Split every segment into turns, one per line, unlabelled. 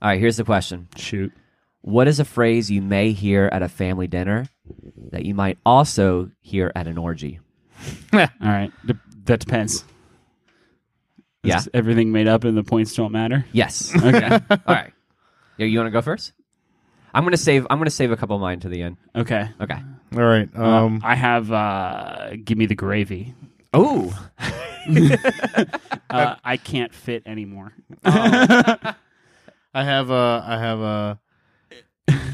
All right, here's the question.
Shoot.
What is a phrase you may hear at a family dinner that you might also hear at an orgy?
All right. De- that depends.
Yeah.
Is everything made up and the points don't matter?
Yes.
Okay.
All right. Yeah, you want to go first? I'm gonna save. I'm gonna save a couple of mine to the end.
okay.
Okay.
All right.
Um,
Um,
I have uh, Give Me the Gravy.
Oh,
Uh, I can't fit anymore.
I have a. I have a.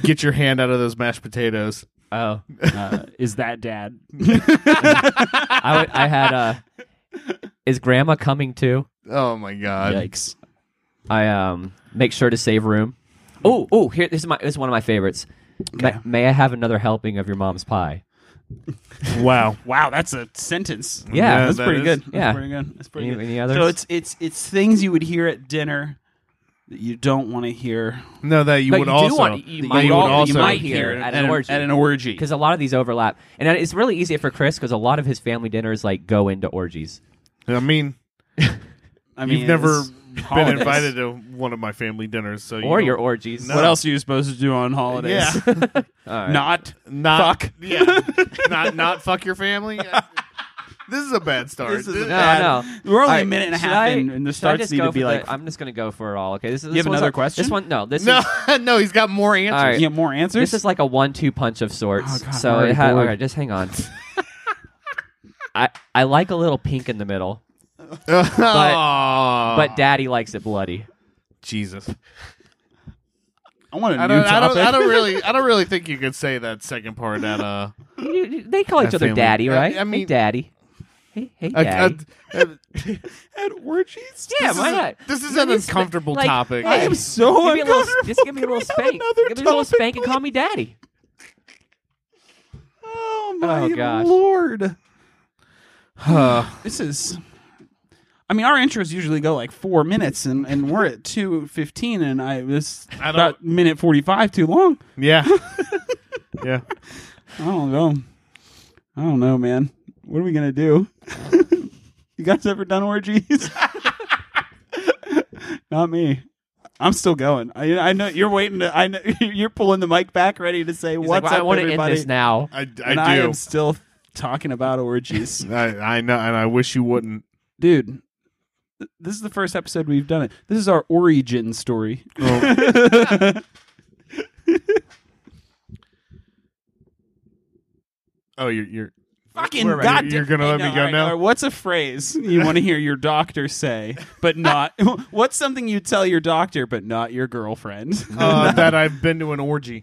Get your hand out of those mashed potatoes.
oh.
Uh, is that dad?
I, would, I had. Uh, is Grandma coming too?
Oh my
Um,
god.
Yikes.
I um make sure to save room. Oh, oh, here this is my this is one of my favorites. May,
Okay.
may I have another helping of your mom's pie?
Wow.
Wow, that's a sentence.
Yeah,
that's
that
pretty
is-
good.
yeah.
That's pretty good. That's pretty
Any-
good.
any others?
So it's it's it's things you would hear at dinner that you don't want to hear.
No, that you
No,
would
you do
also.
want- you
that
might
you would
al- you
also.
might hear at an orgy.
At an orgy.
Because a lot of these overlap, and it's really easy for Chris because a lot of his family dinners like go into orgies.
I mean,
I mean,
you've never
it's
been
holidays.
invited to one of my family dinners, so you
or
don't-
your orgies.
No.
What else are you supposed to do on holidays?
Yeah.
Not
not
fuck.
Yeah, not not fuck your family. this is a bad start.
This is a
This-
bad-
No, no.
We're only
All
a minute and a
should
half
I-
in, and the
should I
starts
just
need
go
to
for
be
the-
like.
I'm just gonna go for it all. Okay, this is
You have
this one's
another
like-
question?
This one, no, this
no,
is
no, he's got more answers.
All right.
you have more answers.
this is like a one-two punch of sorts.
Oh, God, I'm
so
already
it ha-
bored.
all right, just hang on. I I like a little pink in the middle,
Aw.
but Daddy likes it bloody.
Jesus,
I want a
I
new
don't, I
topic.
don't, I don't really, I don't really think you could say that second part at uh,
You- you- They call each
That
other
family-
Daddy,
I-
right?
I
Hey,
mean-
Daddy. Hey, hey,
a,
Daddy.
a- a-
At orgies.
yeah,
this
why
is a-
not?
this is
Give
an
me a sp-
uncomfortable
like,
topic.
hey,
I am
so
give me a little-
uncomfortable.
Just give me a
Oh Can we
little
have
spank.
another
Give me a little
topic,
spank and call me Daddy.
Oh my
Oh, gosh.
lord! this is. I mean, our intros usually go like four minutes, and, and we're at two fifteen, and I this
I don't-
about minute forty five too long.
yeah, yeah.
I don't know. I don't know, man. What are we gonna do? you guys ever done orgies? Not me. I'm still going. I, I know you're waiting. To, I know you're pulling the mic back, ready to say
He's like,
what's
well, I
up,
want to end
everybody.
this now.
I,
and
I
I
do.
am still talking about orgies.
I, I know, and I wish you wouldn't.
dude th- this is the first episode we've done it this is our origin story
Oh, you're, you're.
fucking
We're right.
goddamn-
You're gonna let me
Hey, no,
go
all right,
now?
all right, what's a phrase you want to hear your doctor say but not what's something you tell your doctor but not your girlfriend
Uh, that I've been to an orgy.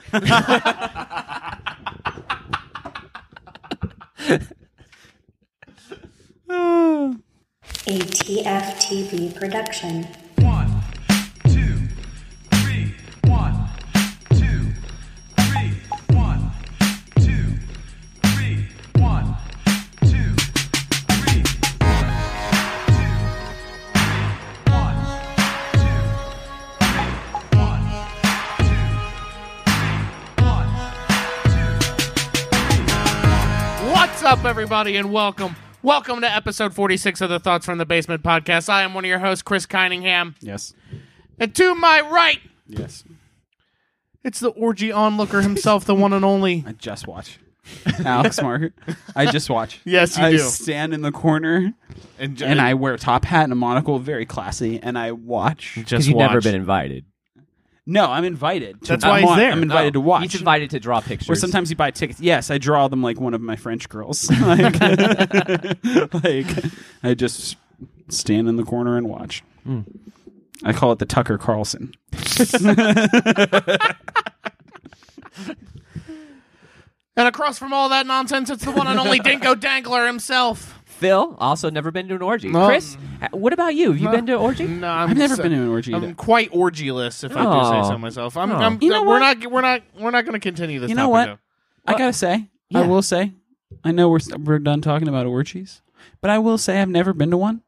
A TFTV production.
One, two, three, one, two, three, one, two, three, one, two, three, one, two, three, one, two, three, one, two, three, one, two.
What's up, everybody, and welcome. Welcome to episode 46 of the Thoughts from the Basement podcast. I am one of your hosts, Chris Cunningham.
yes
And to my right,
yes
it's the orgy onlooker himself, the one and only.
i just watch alex mark i just watch
Yes, you
i
do.
stand in the corner
And,
and i wear a top hat and a monocle very classy and i watch
just
you've never
watch.
been invited.
no i'm invited to
That's why he's
I'm on-
there. Oh.
i'm invited to watch
He's invited to draw pictures.
Or sometimes you buy tickets. Yes, I draw them like one of my French girls. like, like, I just stand in the corner and watch.
Hmm.
I call it the Tucker Carlson.
And across from all that nonsense, it's the one and only Dinko Dangler himself.
Phil also never been to an orgy.
No.
Chris, uh, what about you? Have you been to an orgy?
No, i
I've never been to an orgy.
I'm
either.
quite orgyless, if I do
Oh.
say so myself. I'm,
Oh.
I'm,
You know
we're
what?
not, we're not, we're not going to continue this.
You know
topic,
what?
though.
I gotta say, I
Yeah.
will say, I know we're we're done talking about orgies, but I will say I've never been to one,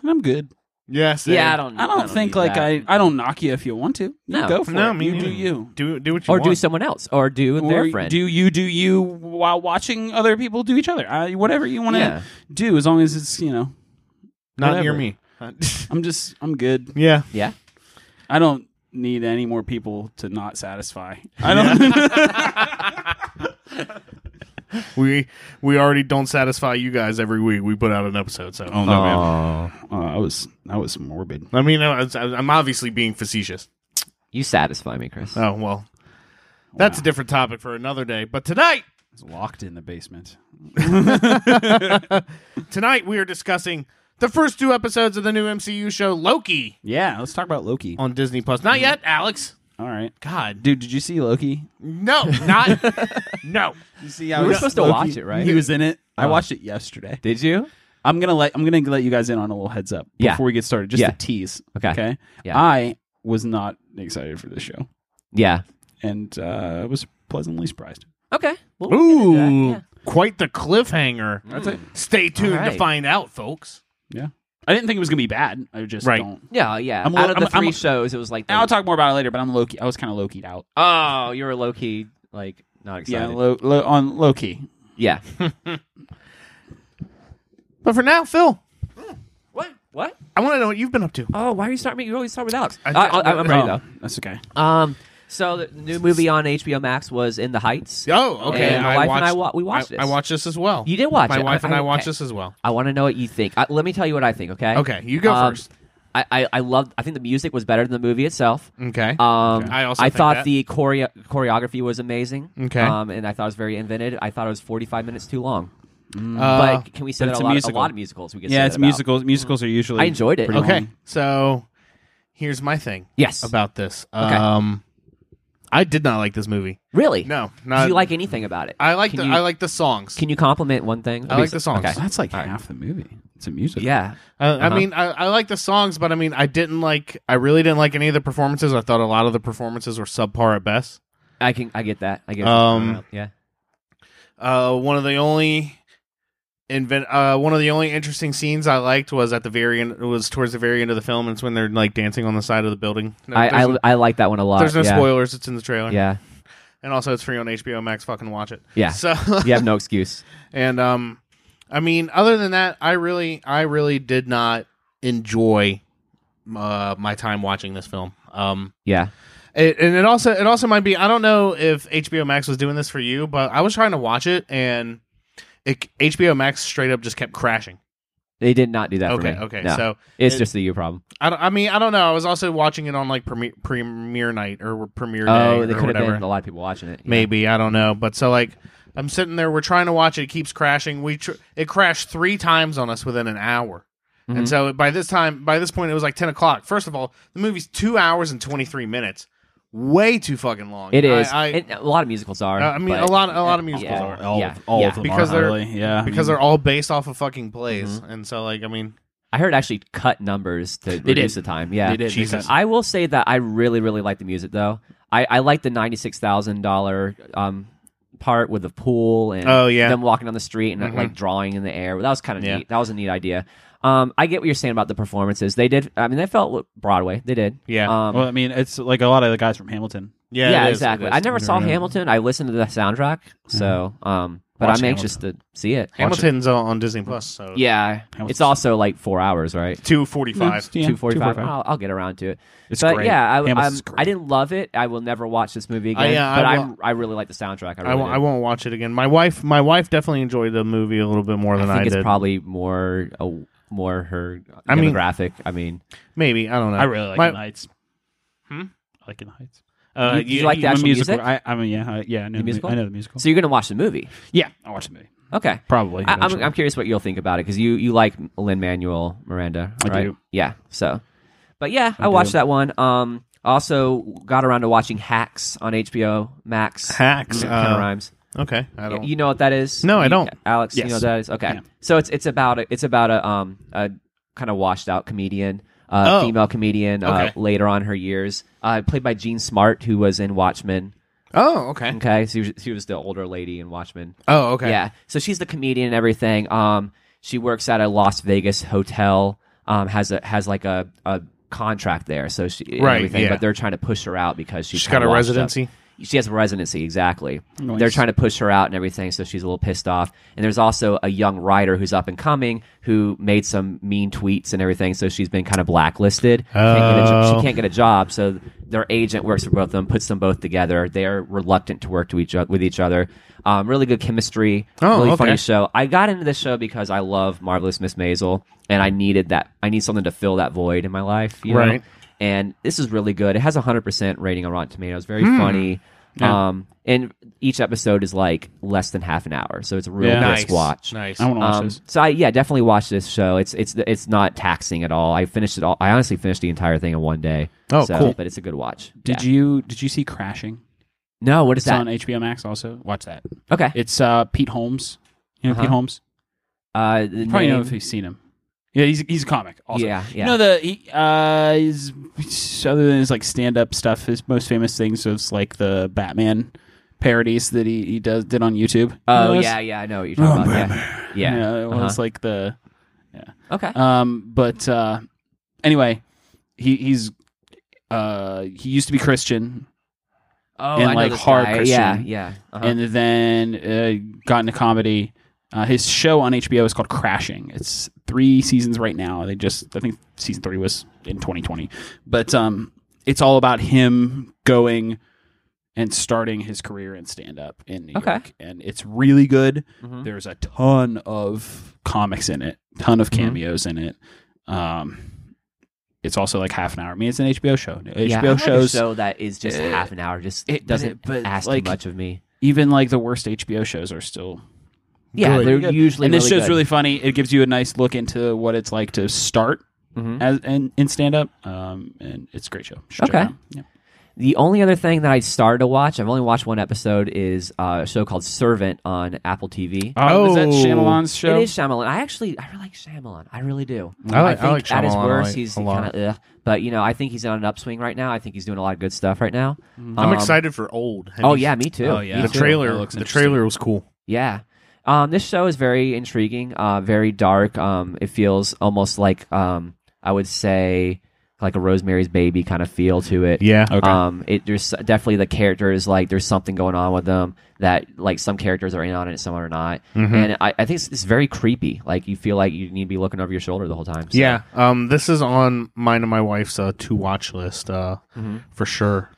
and I'm good.
Yes.
Yeah, I don't.
I don't, think
need
like
that.
I I don't knock you if you want to. You
No.
go for
No,
it.
me
you
neither.
do you.
Do do what you
Or
want.
do someone else, or do
or
their friend.
do you do you while watching other people do each other? Uh, whatever you want to
Yeah.
do, as long as it's you know.
not near
whatever.
me.
I'm just I'm good.
yeah.
yeah.
I don't need any more people to not satisfy. I don't.
We we already don't satisfy you guys every week. We put out an episode, so
oh no, man.
Aw.
Uh, I was I was morbid.
I mean, I was- I'm obviously being facetious.
You satisfy me, Chris.
Oh well, that's a different topic for another day. But tonight,
I was locked in the basement.
tonight we are discussing the first two episodes of the new MCU show Loki
Yeah, let's talk about Loki.
on Disney Plus.
Mm-hmm.
Not yet, Alex.
All right,
God,
dude, did you see Loki?
no, not no.
You see,
We were supposed to watch it, right?
He was in it. I watched it yesterday.
Did you?
I'm gonna let I'm gonna let you guys in on a little heads up
Yeah.
before we get started, just
Yeah.
a tease.
Okay.
Okay.
Yeah.
I was not excited for this show,
Yeah.
and uh, I was pleasantly surprised.
Okay.
Ooh, quite the cliffhanger.
That's it.
Stay tuned to
right.
find out, folks.
Yeah. I didn't think it was gonna be bad. I just
Right.
don't.
Yeah, yeah.
I'm a
Out
lo-
of the
I'm-
3
I'm-
shows, it was like the,
And I'll talk more about it later, but I'm low key. I was kind of low keyed out.
Oh, you were low key, like not
Yeah,
excited.
low, low, on low key.
yeah.
But for now, Phil,
what? What?
I want to know what you've been up to.
Oh, why are you starting me? You always start with Alex. I,
I-
I, am ready
That's okay.
though. Um, so the new movie on HBO Max was In the Heights.
Oh, okay.
And my wife and I wa- we watched
I,
this.
I watched this as well.
You did watch
my
it.
wife and I, watched
okay.
this as well.
I want to know what you think. I, let me tell you what I think. Okay.
Okay, you go
Um,
first.
I I, I loved. I think the music was better than the movie itself.
Okay.
Um,
Mm. Okay. I also think
thought
that.
the choreo- choreography was amazing.
Okay.
Um, and I thought it was very invented. I thought it was 45 minutes too long.
Uh,
but can we say that
but it's
a
a
lot, a
musical.
lot of musicals? We can say
Yeah, it's
that about.
musicals. Musicals are usually.
uh, I enjoyed it.
pretty
okay.
long.
So here's my thing.
Um, Yes.
About this.
Okay.
Um, I did not like this movie.
Really?
No,
Do
not-
you like anything about it?
I like
Can
the
you-
I like the songs.
Can you compliment one thing?
I like the songs.
Okay.
That's like half the movie. It's a musical.
Yeah.
Uh, I
Uh-huh.
mean, I, I like the songs, but I mean, I didn't like. I really didn't like any of the performances. I thought a lot of the performances were subpar at best.
I can. I get that. I get.
Um,
yeah.
Uh, one of the only invent. Uh, one of the only interesting scenes I liked was at the very end. Was towards the very end of the film. and It's when they're like dancing on the side of the building. No,
I,
there's,
I, I like that one a lot.
there's no
yeah.
spoilers. It's in the trailer.
Yeah.
and also it's free on HBO Max. Fucking watch it.
Yeah.
So
You have no excuse.
and um, I mean, other than that, I really, I really did not enjoy uh, my time watching this film. Um,
Yeah.
it, and it also, it also might be. I don't know if HBO Max was doing this for you, but I was trying to watch it, and it, HBO Max straight up just kept crashing.
They did not do that.
Okay,
For me.
okay,
No.
so
it's
it-
just the you problem.
I, don't- I mean, I don't know. I was also watching it on like premiere, premiere night or premiere day.
Oh,
or
they could have
whatever.
been a lot of people watching it. Yeah.
maybe i don't know but so like i'm sitting there we're trying to watch it it keeps crashing we tr- it crashed three times on us within an hour
Mm-hmm.
and so by this time by this point it was like 10 o'clock first of all the movie's two hours and 23 minutes way too fucking long
It is.
i, I,
And a lot of musicals are.
I mean a
but-
lot a lot of musicals
Yeah.
are
All,
Yeah.
all
Yeah.
of them
Because
are,
they're-
really. Yeah. I
because
mean,
they're all based off of fucking plays
Mm-hmm.
and so like i mean
I heard actually cut numbers to reduce the time. Yeah.
They did.
Jesus.
Because-
I will say that I really, really like the music though. I, I like the ninety six thousand dollar um part with the pool and
Oh, yeah. Mm-hmm.
them walking on the street and uh, like drawing in the air. That was kind of
Yeah.
neat. That was a neat idea. Um, I get what you're saying about the performances. They did. I mean, they felt Broadway. They did.
Yeah.
Um,
Well, I mean, it's like a lot of the guys from Hamilton.
yeah.
yeah, it is, Mm-hmm.
exactly.
it
I
is.
never saw Hamilton. I listened to the soundtrack. So, um, but
Watch
I'm anxious to see it.
hamilton's on on disney plus so
Yeah. It's also like four hours, right?
245
Mm, Yeah,
Two forty five.
245.
I'll, I'll get around to it.
It's
but
great.
yeah, I,
Hamilton's
I'm-
great.
I didn't love it. I will never watch this movie
I-
again.
yeah, I
but I,
will-
I really like the soundtrack. I, really
I won't,
do.
I won't watch it again. My wife, my wife definitely enjoyed the movie a little bit more
I
than
think
I,
it's
did.
probably more a, more her
I mean-
demographic. I mean,
Maybe I don't
Oh.
know.
I really like
My-
In the Heights. I like In the Heights. Uh,
You- you like Hmm? the
I'm a
actual
musical-
music?
I, I mean, yeah, I, yeah. I know the, mu-
musical?
I know the musical.
so you're gonna watch the movie?
yeah, I watched the movie.
Okay,
Probably.
I, I'm,
eventually.
I'm curious what you'll think about it because you you like Lin Manuel Miranda,
I
right?
do.
Yeah. So, but yeah, I, watched that one. Um, also got around to watching Hacks on HBO Max.
Hacks,
kind
uh,
of rhymes.
Okay, I don't.
You know what that is?
No, I
You-
don't.
Alex, you
Yes.
know what that is? Okay.
Yeah.
So it's it's about a, it's about a um a kind of washed out comedian, uh,
Oh.
female comedian
Okay.
uh, later on in her years, uh, played by Jean Smart, who was in Watchmen.
oh, okay.
Okay, so she was, she was the older lady in Watchmen.
Oh, okay.
Yeah. So she's the comedian and everything. Um, she works at a Las Vegas hotel. Um, has a has like a, a contract there. So she and
Right,
everything,
yeah.
but they're trying to push her out because she's
She's got a
kinda washed up.
residency?
she has a residency exactly.
Nice.
They're trying to push her out and everything, so she's a little pissed off. And there's also a young writer who's up and coming who made some mean tweets and everything, so she's been kind of blacklisted. Can't get a jo-
Oh.
she can't get a job, so their agent works for both of them, puts them both together. They're reluctant to work to each o- with each other. Um, really good chemistry.
Oh,
really
okay.
funny show. I got into this show because I love Marvelous Miss Maisel, and I needed that. I need something to fill that void in my life. you know?
Right.
And this is really good. It has a hundred percent rating on Rotten Tomatoes. Very
Hmm.
funny. Um, and each episode is like less than half an hour, so it's a real
Yeah.
nice
Nice.
watch.
Nice.
I want to watch
Um,
this.
so I yeah definitely watch this show. It's it's it's not taxing at all. I finished it all. I honestly finished the entire thing in one day.
Oh,
so,
cool.
But it's a good watch.
Did
Yeah.
you did you see Crashing?
No, what is
It's
that?
on HBO Max. Also, watch that.
Okay.
It's uh, Pete Holmes. You know
Uh-huh.
Pete Holmes.
uh, the
You probably know
name-
if you've seen him. Yeah, he's he's a comic. Also.
Yeah, yeah.
You know the he, uh, his other than his like stand up stuff, his most famous things is like the Batman parodies that he, he does did on YouTube.
Oh
You know
yeah,
those?
yeah, I know what
Oh,
you're talking about. Yeah, yeah.
yeah. It was
uh-huh.
like the
okay.
um, but uh, anyway, he he's uh he used to be Christian
oh,
and,
I know
like,
this
hard
guy.
Christian.
Yeah, yeah. Uh-huh.
and then uh, got into comedy. Uh, his show on HBO is called Crashing. It's three seasons right now. They just, I think season three was in 2020, but um, it's all about him going and starting his career in stand up in New
Okay.
York, and it's really good.
Mhm.
There's a ton of comics in it, ton
Mm-hmm.
of cameos in it. Um, it's also like half an hour. I mean, it's an HBO show. HBO
yeah, I like a
shows
show that is just half an hour. Just
it- but
doesn't
it- but,
ask
like,
too much of me.
even like the worst HBO shows are still
Yeah,
good.
they're
Good.
usually
and this
really
show's
good.
really funny. It gives you a nice look into what it's like to start
Mhm.
as in, in stand up. Um, and it's a great show. You should check
Okay.
it out. Yeah.
The only other thing that I started to watch, I've only watched one episode, is uh, a show called Servant on Apple TV.
Oh, is that
Oh.
Shyamalan's show?
It is Shyamalan. I actually, I really like Shyamalan. I really do.
I like-
I think
I like
at his
Shyamalan a
worst,
lot-
he's
a lot.
kind of, but you know, I think he's on an upswing right now. I think he's doing a lot of good stuff right now.
I'm
Um,
excited for Old. Have
Oh
you-
yeah, me too.
Oh, yeah.
Me
The
too.
trailer.
That looks
the
interesting.
trailer was cool.
Yeah. Um, this show is very intriguing, uh, very dark. Um, it feels almost like um, I would say like a Rosemary's Baby kind of feel to it.
Yeah.
Okay.
Um, it there's definitely the characters like there's something going on with them that like some characters are in on it, some are not,
Mm-hmm.
and I, I think it's, it's very creepy. Like you feel like you need to be looking over your shoulder the whole time. so-
Yeah. Um, this is on mine and my wife's uh, to watch list uh,
Mm-hmm.
for sure.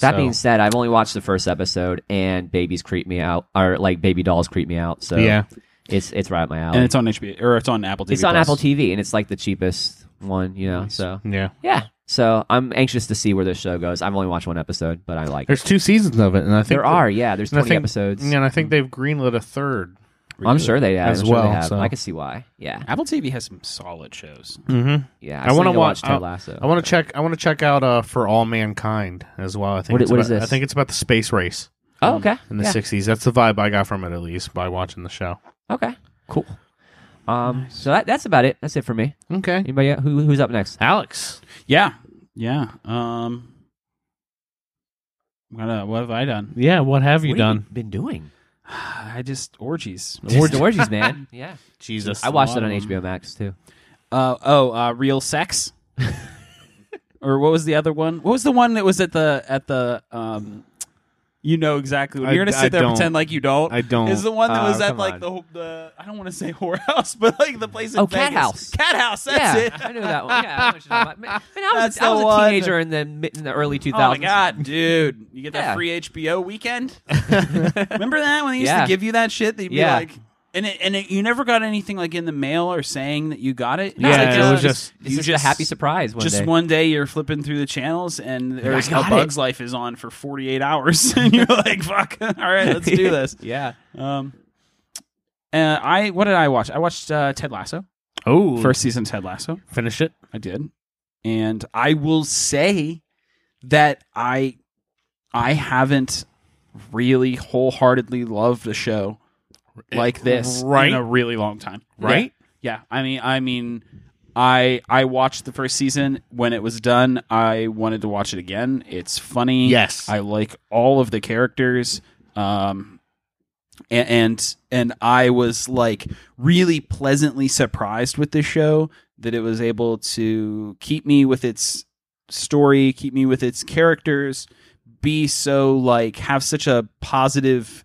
That
So-
being said, I've only watched the first episode, and babies creep me out, or like baby dolls creep me out. So
Yeah.
it's it's right up my alley.
And it's on HBO or it's on Apple TV.
it's on
Plus.
Apple TV, and it's like the cheapest one, you know. So
yeah,
yeah, so I'm anxious to see where this show goes. I've only watched one episode, but I like. it.
there's two seasons of it, and I think
There are, yeah. There's
and I
20
think-
episodes.
Yeah, and I think they've greenlit a third.
I'm sure they have.
As
I'm sure they
well,
have.
so-
I can see why. Yeah,
Apple TV has some solid shows.
Mm.
Mm-hmm.
yeah.
I want to watch.
Ted
I,
Lasso.
I want to check. I want to check out uh, for all mankind as well. I think.
What-
it's
what
about,
is
I
this?
think it's about the space race
Oh, okay.
in the
yeah.
'60s. That's the vibe I got from it, at least by watching the show.
Okay. Cool. Um. So that, that's about it. That's it for me.
Okay,
Anybody else? who who's up next?
Alex.
Yeah. Yeah. Um, what, uh, what have I done?
Yeah, what have you
What have
done?
been doing?
I just orgies.
Orgies, orgies, man. Yeah.
Jesus.
I watched it
lot
on
of them.
HBO Max too.
Uh, oh, uh, real sex. or what was the other one? What was the one that was at the at the um you know exactly
I-
when you're gonna
I
sit there and
don't.
pretend like you don't.
I don't.
Is the one that
Oh,
was at
come
like
on.
the, whole- the I don't want to say whorehouse, but like the place in
Oh, Cat
Vegas.
House.
Cat house. That's
yeah,
it.
I knew that one. Yeah, I know what you're talking about. Man, man, I
That's
was, I
the
was a
one.
teenager in the mid- in the early 2000s.
Oh my god, dude! You get that
Yeah.
free HBO weekend. Remember that when they used
Yeah.
to give you that shit? They'd be
Yeah.
like, and it, and it, you never got anything like in the mail or saying that you got it. It's
No,
Yeah,
like,
it
uh,
was just-
It's just, a happy surprise one
just
day.
one day you're flipping through the channels and there's a
got
Bug's
it.
Life is on for 48 hours and you're like fuck all right let's do this
Yeah.
um uh, I what did I watch I watched uh, Ted Lasso
Oh, first
first season Ted Lasso
finish it.
I did and I will say that I I haven't really wholeheartedly loved a show like this
Eh, right?
in a really long time
Right?
yeah, I mean, I mean, I I watched the first season. When it was done, I wanted to watch it again. It's funny.
Yes.
I like all of the characters. Um, a- and and, I was like really pleasantly surprised with this show that it was able to keep me with its story, keep me with its characters, be so like have such a positive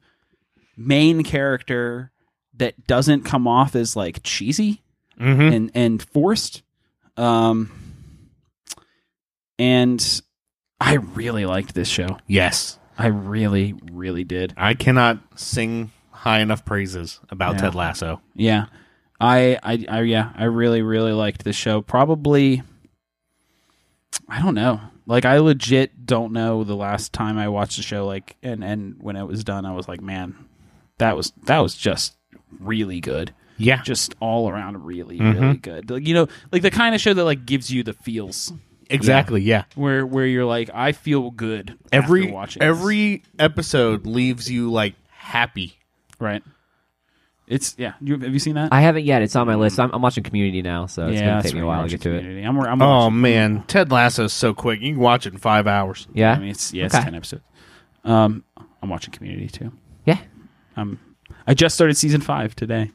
main character that doesn't come off as like cheesy
Mm-hmm. Hmm.
and and forced. Um, and I really liked this show.
Yes.
I really, really did.
I cannot sing high enough praises about
Yeah.
Ted Lasso.
Yeah. I, I, I, yeah, I really, really liked this show. Probably, I don't know. Like, I legit don't know the last time I watched the show. Like, and, and when it was done, I was like, man, that was, that was just really good.
Yeah.
Just all around really,
Mm-hmm.
really good. Like, you know, like the kind of show that, like, gives you the feels
Exactly. Yeah.
where, where you're like, I feel good
Every
after watching this.
every episode leaves you like happy.
right. It's, yeah. You, have you seen that?
I haven't yet. It's on my list. I'm, I'm watching Community now, so it's
yeah,
gonna take me a while to get to it. Um,
I'm, I'm
Oh
watching-
man, Ted Lasso's so quick. You can watch it in five hours.
Yeah,
I mean, it's yeah, it's
Okay.
ten episodes. Um, I'm watching Community too.
yeah,
Um, I just started season five today.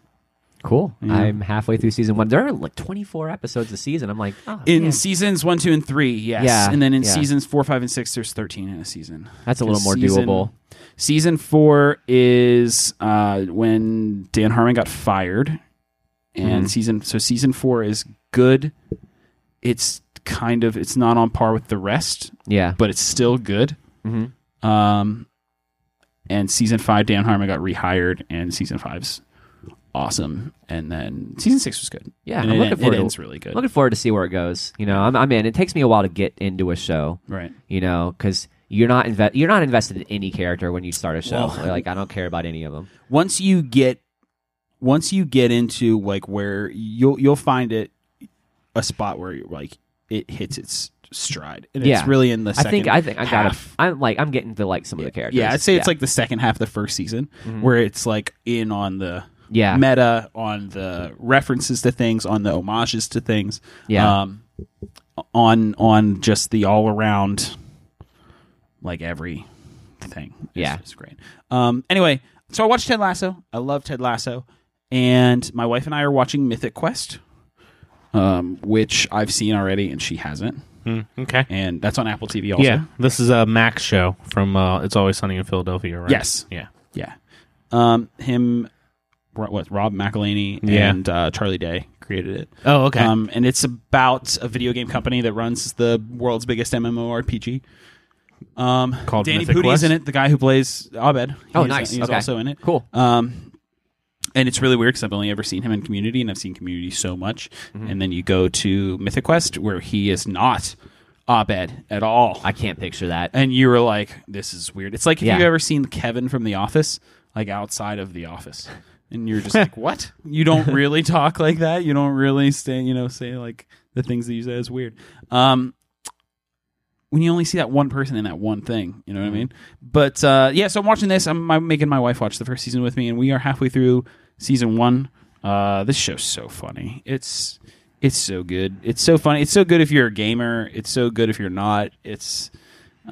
cool. I'm halfway through season one. There are like 24 episodes a season. I'm like, oh,
In
man,
seasons one, two, and three, yes,
Yeah,
and then in
yeah.
seasons four, five, and six, there's thirteen in a season.
That's a little
'Cause
more
season-
doable.
Season four is uh, when Dan Harmon got fired,
Mm-hmm.
and season so season four is good. It's kind of it's not on par with the rest,
yeah,
but it's still good.
Mhm.
Um, and season five, Dan Harmon got rehired, and season five's awesome. And then season six was good.
yeah.
And
I'm
it,
looking forward.
It
to,
ends really good.
Looking forward to see where it goes. You know, I'm, I'm in. It takes me a while to get into a show.
right.
You know, because you're not inve- you're not invested in any character when you start a show.
Well-
like I don't care about any of them.
Once you get, once you get into like where you'll you'll find it a spot where you're like it hits its stride, and
Yeah.
it's really in the
I
second
think I think I got.
half.
I'm like I'm getting to like some of the characters. Mm-hmm.
Yeah, I'd say it's like the second half of the first season where it's like in on the
Yeah.
meta, on the references to things, on the homages to things.
Yeah.
Um, on on just the all around like every thing. It's,
Yeah.
It's great. Um anyway, so I watched Ted Lasso. I love Ted Lasso. And my wife and I are watching Mythic Quest. Um, which I've seen already and she hasn't.
Okay.
And that's on Apple TV also.
Yeah, this is a Max show from uh, It's Always Sunny in Philadelphia, right?
Yes.
Yeah.
Yeah. Um, him, Ro- what, Rob McElhaney
Yeah.
and uh, Charlie Day created it.
Oh, okay.
Um, and it's about a video game company that runs the world's biggest MMORPG. Um,
Called
Danny
Mythic
Pudi
Quest?
in it, the guy who plays Abed.
Oh,
He's- uh,
nice.
He's
Okay.
also in it.
Cool.
Uh,
Um, and it's really weird because I've only ever seen him in Community, and I've seen Community so much.
Mm-hmm.
And then you go to Mythic Quest, where he is not Abed at all
I can't picture that.
and you were like, "This is weird." It's like if
Yeah.
you've ever seen Kevin from The Office, like outside of The Office, and you're just like, "What?" You don't really talk like that. You don't really say, you know, say like the things that you say is weird. Um, when you only see that one person in that one thing, you know what I mean? But uh, yeah, so I'm watching this. I'm, I'm making my wife watch the first season with me, and we are halfway through season one. Uh, this show's so funny. It's it's so good. It's so funny. It's so good if you're a gamer. It's so good if you're not. It's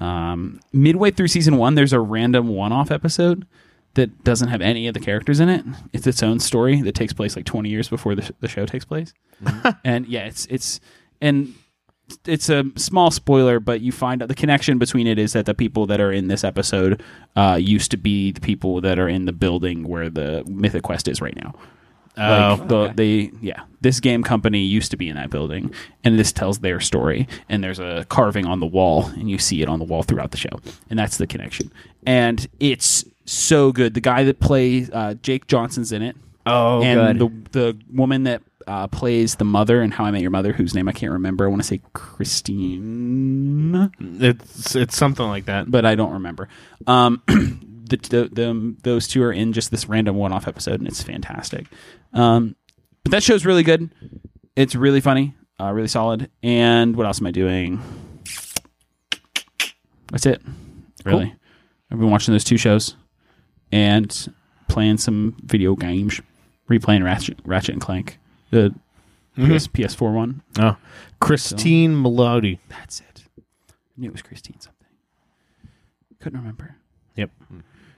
um, midway through season one, there's a random one-off episode that doesn't have any of the characters in it. It's its own story that takes place like 20 years before the, the show takes place. and yeah, it's it's and it's a small spoiler, but you find out the connection between it is that the people that are in this episode uh, used to be the people that are in the building where the Mythic Quest is right now. Like the, the yeah, this game company used to be in that building, and this tells their story. And there's a carving on the wall, and you see it on the wall throughout the show, and that's the connection. And it's so good. The guy that plays uh, Jake Johnson's in it.
Oh,
and
good.
the the woman that uh, plays the mother in How I Met Your Mother, whose name I can't remember. I want to say Christine
It's it's something like that.
but I don't remember. Um, the, the, the those two are in just this random one-off episode, and it's fantastic. Um, but that show's really good. It's really funny, uh, really solid. And what else am I doing? That's it. Really, I've been watching those two shows and playing some video games, replaying Ratchet, Ratchet and Clank, the PS, PS4 one.
Oh, Christine Melody.
That's it. I knew it was Christine something. Couldn't remember.
Yep.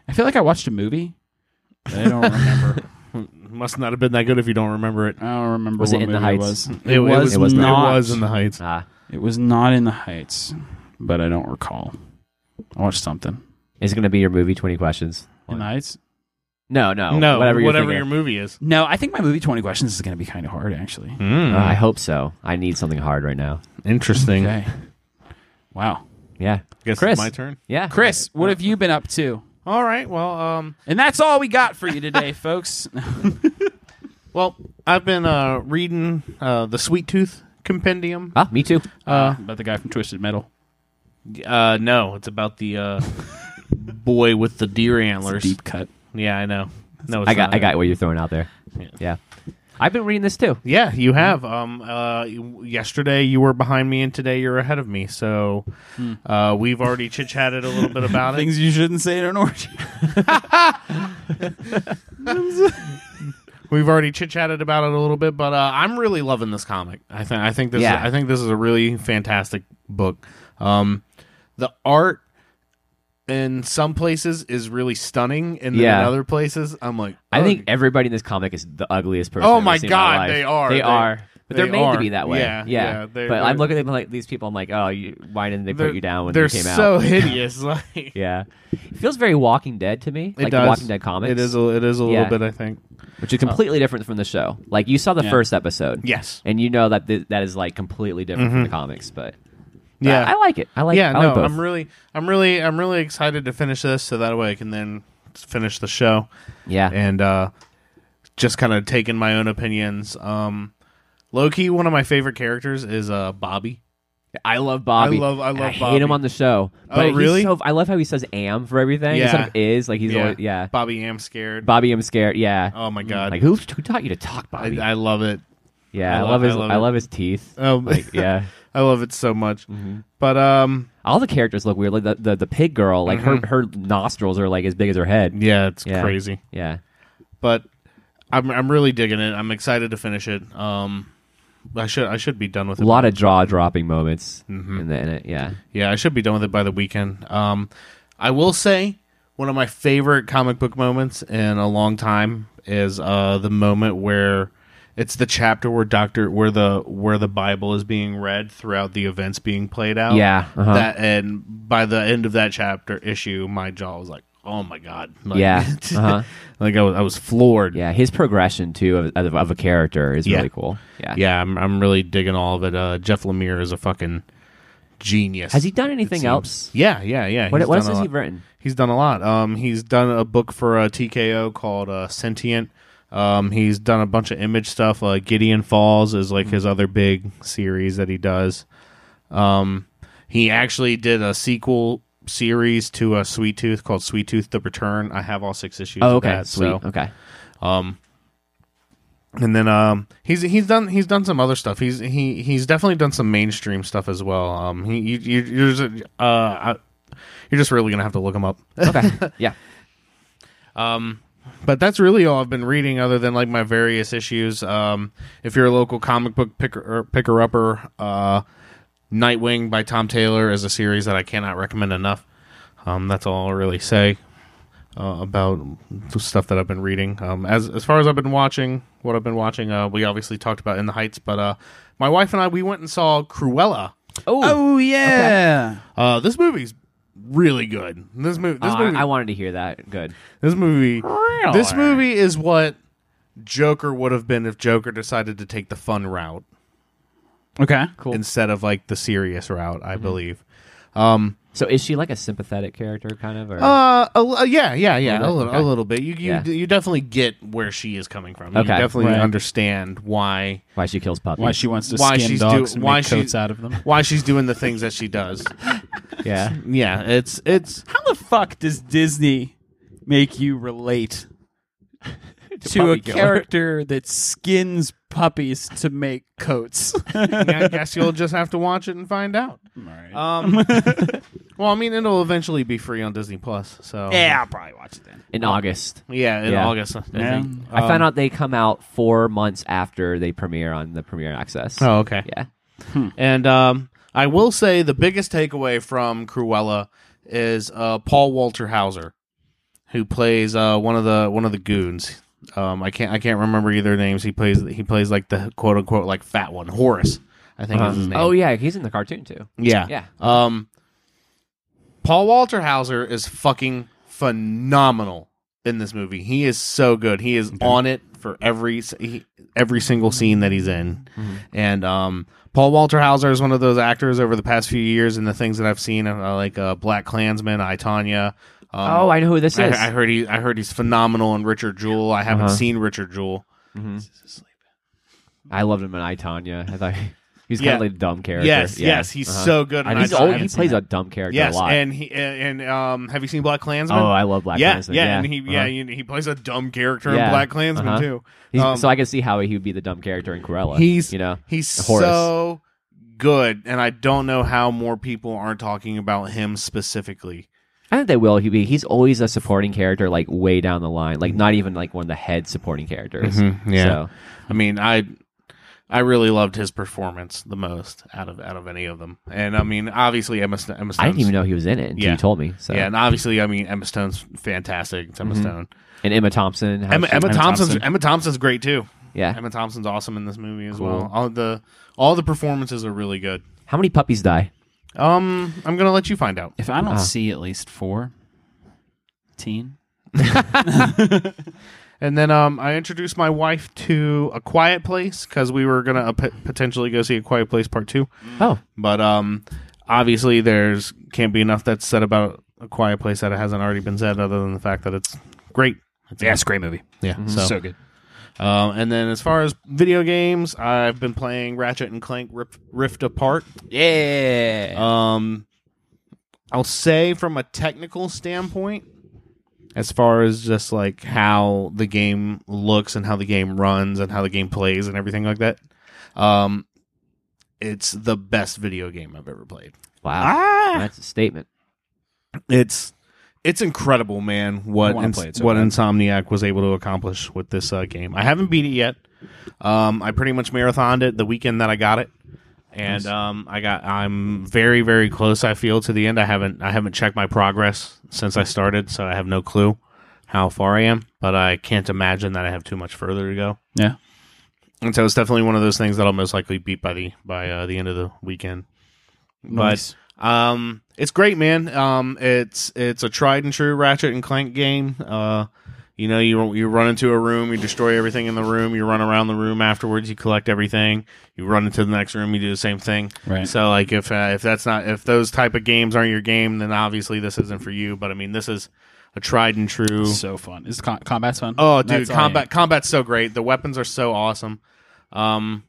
I feel like I watched a movie. but I don't remember.
Must not have been that good if you don't remember it.
I don't remember
Was it
what
in the
movie
Heights?
it was.
It, was,
it was
not.
It was in the Heights.
Ah,
It was not in the Heights, but I don't recall. I watched something.
It's going to be your movie 20 questions.
Nice.
No, no.
no,
Whatever,
whatever,
you're thinking.
your movie is.
No, I think my movie Twenty Questions is going to be kind of hard, actually.
Hmm,
Uh,
mm.
I hope so. I need something hard right now.
Interesting.
Okay. Wow,
Yeah.
Guess
Chris.
it's my turn.
Yeah.
Chris, what have you been up to?
All right. Well, um,
And that's all we got for you today, folks.
Uh,
well, I've been uh, reading uh, the Sweet Tooth Compendium.
Ah, me too.
Uh, about the guy from Twisted Metal.
Uh, no, it's about the uh, boy with the deer antlers.
Deep cut.
Yeah, I know. No, it's
I got
not.
I got what you're throwing out there. Yeah. I've been reading this too.
Yeah, you have. Um, uh, yesterday you were behind me, and today you're ahead of me. So,
Hmm.
uh, we've already chit chatted a little bit about it.
Things you shouldn't say in an orgy.
We've already chit chatted about it a little bit, but uh, I'm really loving this comic. I think I think this
Yeah.
I think this is a really fantastic book. Um, the art in some places is really stunning, and then in
Yeah.
other places I'm like,
I think
"Ugh."
everybody in this comic is the ugliest person.
Oh
I've ever
my
seen in
God,
life.
they are.
They,
They-
are. But they're
they
made
are.
to be that way.
Yeah,
Yeah,
yeah, they're-
but I'm
they're-
looking at like these people. I'm like, oh, you, why didn't they
They're-
put you down when
they're
you came
so
out?
hideous. Like
Yeah, it feels very Walking Dead to me.
it
like
does.
the Walking Dead comics.
It is. A, it is a
Yeah.
little bit. I think.
which is completely different from the show. Like you saw the
Yeah.
first episode,
Oh. Yes. Mm-hmm.
and you know that th- that is like completely different from the comics. But but
Yeah.
I, I like it. I like.
yeah,
I like
no,
both.
I'm really, I'm really, I'm really excited to finish this, so that way I can then finish the show
yeah,
and uh, just kind of taking my own opinions. Um, low key, one of my favorite characters is uh Bobby.
I love Bobby.
I love- I
and
love
hate
Bobby. Oh,
him on the show. But he's
really?
so- I love how he says "am" for everything
Yeah.
instead of "is." Like he's always, yeah.
Bobby, am scared.
Bobby, I'm scared. Yeah.
Oh my god,
Like who who taught you to talk,
I,
Bobby?
I love it.
yeah,
I
I
lo-
love his
I
I
love
love,
it.
his teeth.
Oh,
Like yeah. Mm-hmm.
I love it so much. But um,
All the characters look weird. Like the, the, the pig girl, like her her nostrils are like as big as her head.
Mm-hmm. yeah, it's
Yeah.
crazy.
Yeah.
But I'm, I'm really digging it. I'm excited to finish it. Um, I should, I should be done with
A
it.
lot of jaw dropping moments
Mm-hmm.
in, the, in it. Yeah.
Yeah, I should be done with it by the weekend. Um, I will say one of my favorite comic book moments in a long time is uh, the moment where it's the chapter where Doctor where the where the Bible is being read throughout the events being played out.
Yeah, uh-huh.
that and by the end of that chapter issue, my jaw was like, oh my god, like,
Yeah, uh-huh.
like I was I was floored.
Yeah. His progression too of, of, of a character is
Yeah.
really cool. Yeah.
yeah, I'm I'm really digging all of it. Uh, Jeff Lemire is a fucking genius.
Has he done
seems.
anything else?
Yeah, yeah, yeah.
What,
he's
what
done
else
a
has he
lot.
written?
He's done a lot. Um, he's done a book for uh, TKO called uh, Sentient. Um, he's done a bunch of image stuff. Uh, Gideon Falls is like
Mm.
his other big series that he does. Um, he actually did a sequel series to uh, Sweet Tooth called Sweet Tooth: The Return. I have all six issues.
Oh,
of
okay.
that,
Sweet.
so-
Okay.
and then um he's he's done he's done some other stuff he's he he's definitely done some mainstream stuff as well um he you, you you're just, uh I, you're just really gonna have to look him up
Okay. yeah.
but that's really all I've been reading, other than like my various issues. Um, if you're a local comic book picker or picker upper, uh, Nightwing by Tom Taylor is a series that I cannot recommend enough. Um, that's all I'll really say uh, about the stuff that I've been reading. Um, as as far as I've been watching, what I've been watching, uh, we obviously talked about In the Heights, but uh, my wife and I we went and saw Cruella.
Oh,
yeah.
Uh, this movie's really good. This movie, this movie,
Oh, I, I wanted to hear that. Good.
This movie, this movie is what Joker would have been if Joker decided to take the fun route
Okay.
Cool.
instead of like the serious route.
Mm-hmm.
I believe.
So is she like a sympathetic character, kind of? Or
Uh, a li- yeah, yeah, yeah,
Little bit?
a little, a
Okay.
little bit. You, you,
Yeah.
you definitely get where she is coming from. You
Okay.
definitely
Right.
understand why
why she kills puppies?
Why she wants to
why
skin
she's
dogs
do-
and
why
make coats
she's-
out of them.
why she's doing the things that she does.
yeah.
yeah, it's it's
How the fuck does Disney make you relate to a
puppy killer.
character that skins puppies to make coats?
I guess you'll just have to watch it and find out. Um, well, I mean, it'll eventually be free on Disney Plus. So
yeah, I'll probably watch it then.
Uh,
In August.
yeah, in
Yeah.
August. I
Yeah.
think.
I found out they come out four months after they premiere on the Premiere Access.
Oh, okay.
Yeah.
And um, I will say the biggest takeaway from Cruella is uh, Paul Walter Hauser, who plays uh, one of the one of the goons. Um, I can't I can't remember either names. He plays he plays like the quote unquote like fat one Uh-huh. Horace. I think is his name. Uh,
Oh yeah, he's in the cartoon too.
yeah
Yeah.
Um, Paul Walter Hauser is fucking phenomenal in this movie. He is so good. He is on it for every s- he, every single scene that he's in.
Mm-hmm.
And um, Paul Walter Hauser is one of those actors over the past few years and the things that I've seen, uh, like uh, Black Klansman, I Tanya. Um,
oh, I know who this
I,
is.
I heard he. I heard he's phenomenal in Richard Jewell. I haven't
Uh-huh.
seen Richard Jewell.
I loved him in I Tanya. I thought he's kind
Yeah.
of like a dumb character.
Yes,
Yeah.
yes, he's
Uh-huh.
so good. in
And he's
I,
always- he
Tanya.
plays a dumb character
yes,
a lot.
and he and um, have you seen Black Klansman?
oh, I love Black
yeah,
Klansman.
yeah,
yeah,
and he yeah
Uh-huh.
you- he plays a dumb character in
Yeah.
Black Klansman
Uh-huh.
too.
He's-
Um,
so I can see how he would be the dumb character in Cruella.
He's-
you know
He's
Horace.
so good, and I don't know how more people aren't talking about him specifically.
I think they will. He be he's always a supporting character, like way down the line, like not even like one of the head supporting characters.
Mhm, Mm-hmm. yeah.
So,
I mean, I I really loved his performance the most out of out of any of them, and I mean, obviously Emma, Sto- Emma
I
Stone's
didn't even know he was in it until
Yeah.
you told me. So
Yeah, and obviously, I mean, Emma Stone's fantastic. It's Emma
and
Stone.
Mm-hmm. Oh, Emma Thompson. how
Emma,
she-
Emma,
Emma
Thompson's
Thompson.
Emma Thompson's great too.
yeah.
Emma Thompson's awesome in this movie as
Cool.
well. All the all the performances are really good.
How many puppies die?
Um, I'm gonna let you find out.
If I don't see at least four, teen.
And then um, I introduced my wife to A Quiet Place because we were gonna uh, p- potentially go see A Quiet Place Part Two,
Oh,
but um, obviously there's can't be enough that's said about A Quiet Place that hasn't already been said, other than the fact that it's great. It's
Yeah, it's a great movie.
yeah. So,
So good.
um, and then as far as video games, I've been playing Ratchet and Clank Rift, Rift Apart.
Yeah.
Oh,
Um, I'll say from a technical standpoint, as far as just like how the game looks and how the game runs and how the game plays and everything like that, um, it's the best video game I've ever played.
wow.
Ah.
That's a statement.
It's it's incredible, man. What
I wanna
ins-
play it so
what
bad.
Insomniac was able to accomplish with this uh, game. I haven't beat it yet. Um, I pretty much marathoned it the weekend that I got it, and um, I got I'm very very close. I feel to the end. I haven't I haven't checked my progress since I started, so I have no clue how far I am. But I can't imagine that I have too much further to go.
yeah.
And so it's definitely one of those things that I'll most likely beat by the by uh, the end of the weekend.
Nice.
But um, it's great, man. Um, it's it's a tried and true Ratchet and Clank game. Uh, you know, you you run into a room, you destroy everything in the room, you run around the room afterwards, you collect everything, you run into the next room, you do the same thing.
Right.
So like if uh, if that's not if those type of games aren't your game, then obviously this isn't for you. But I mean, this is a tried and true.
So fun. Is co- combat's fun?
Oh, dude,
That's all I
combat
need.
combat's so great. The weapons are so awesome. Um,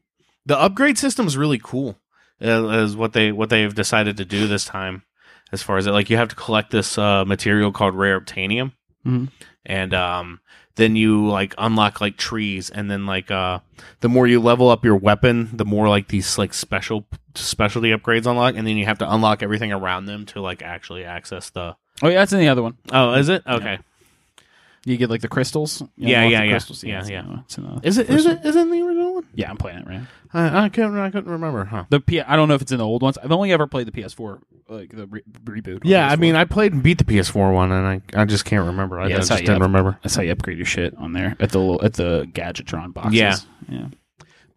the upgrade system is really cool. uh, Is what they what they've decided to do this time, as far as it like you have to collect this uh, material called rare obtainium,
Mhm.
and um, then you like unlock like trees, and then like uh, the more you level up your weapon, the more like these like special specialty upgrades unlock, and then you have to unlock everything around them to like actually access the.
Oh yeah, that's in the other one.
Oh, is it okay?
You get like the crystals. You
Yeah,
unlock
yeah,
the
yeah.
crystals.
Yeah,
it's in
yeah.
the- it's in the
Is it
first
is
one.
it is it in the original one?
Yeah, I'm playing it right. now.
I, I couldn't I couldn't remember, huh?
The P- I don't know if it's in the old ones. I've only ever played the PS4, like the re- reboot. on
Yeah, I
PS4.
mean, I played and beat the PS4 one, and I, I just can't remember. I
Yeah, that's
just
how you
didn't
have-
remember.
that's how you upgrade your shit on there at the little- at the Gadgetron boxes.
Yeah.
yeah.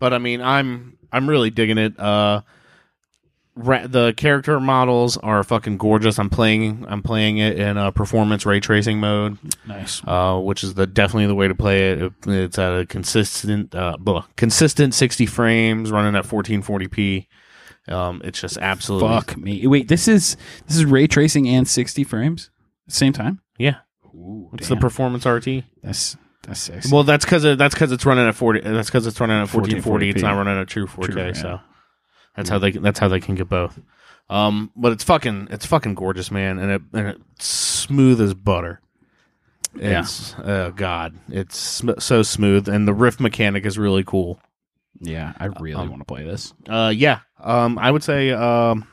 But I mean, I'm I'm really digging it. Uh, ra- the character models are fucking gorgeous. I'm playing I'm playing it in uh, performance ray tracing mode,
Nice.
uh, which is the definitely the way to play it. It- It's at a consistent uh, blah, consistent 60 frames, running at 1440p. Um, it's just absolutely
Fuck me. Wait, this is this is ray tracing and 60 frames at the same time.
yeah.
Ooh,
It's the performance RT.
that's that's sexy.
Well, that's because that's because it's running at forty. That's because it's running at fourteen forty. It's
1440p.
not running at true four K.
True, yeah.
So that's how they that's how they can get both. Um, but it's fucking it's fucking gorgeous, man, and it and it's smooth as butter.
Yeah.
It's, Oh god, it's sm- so smooth, and the rift mechanic is really cool.
yeah, I really
um,
want to play this.
Uh, yeah. Um, I would say um,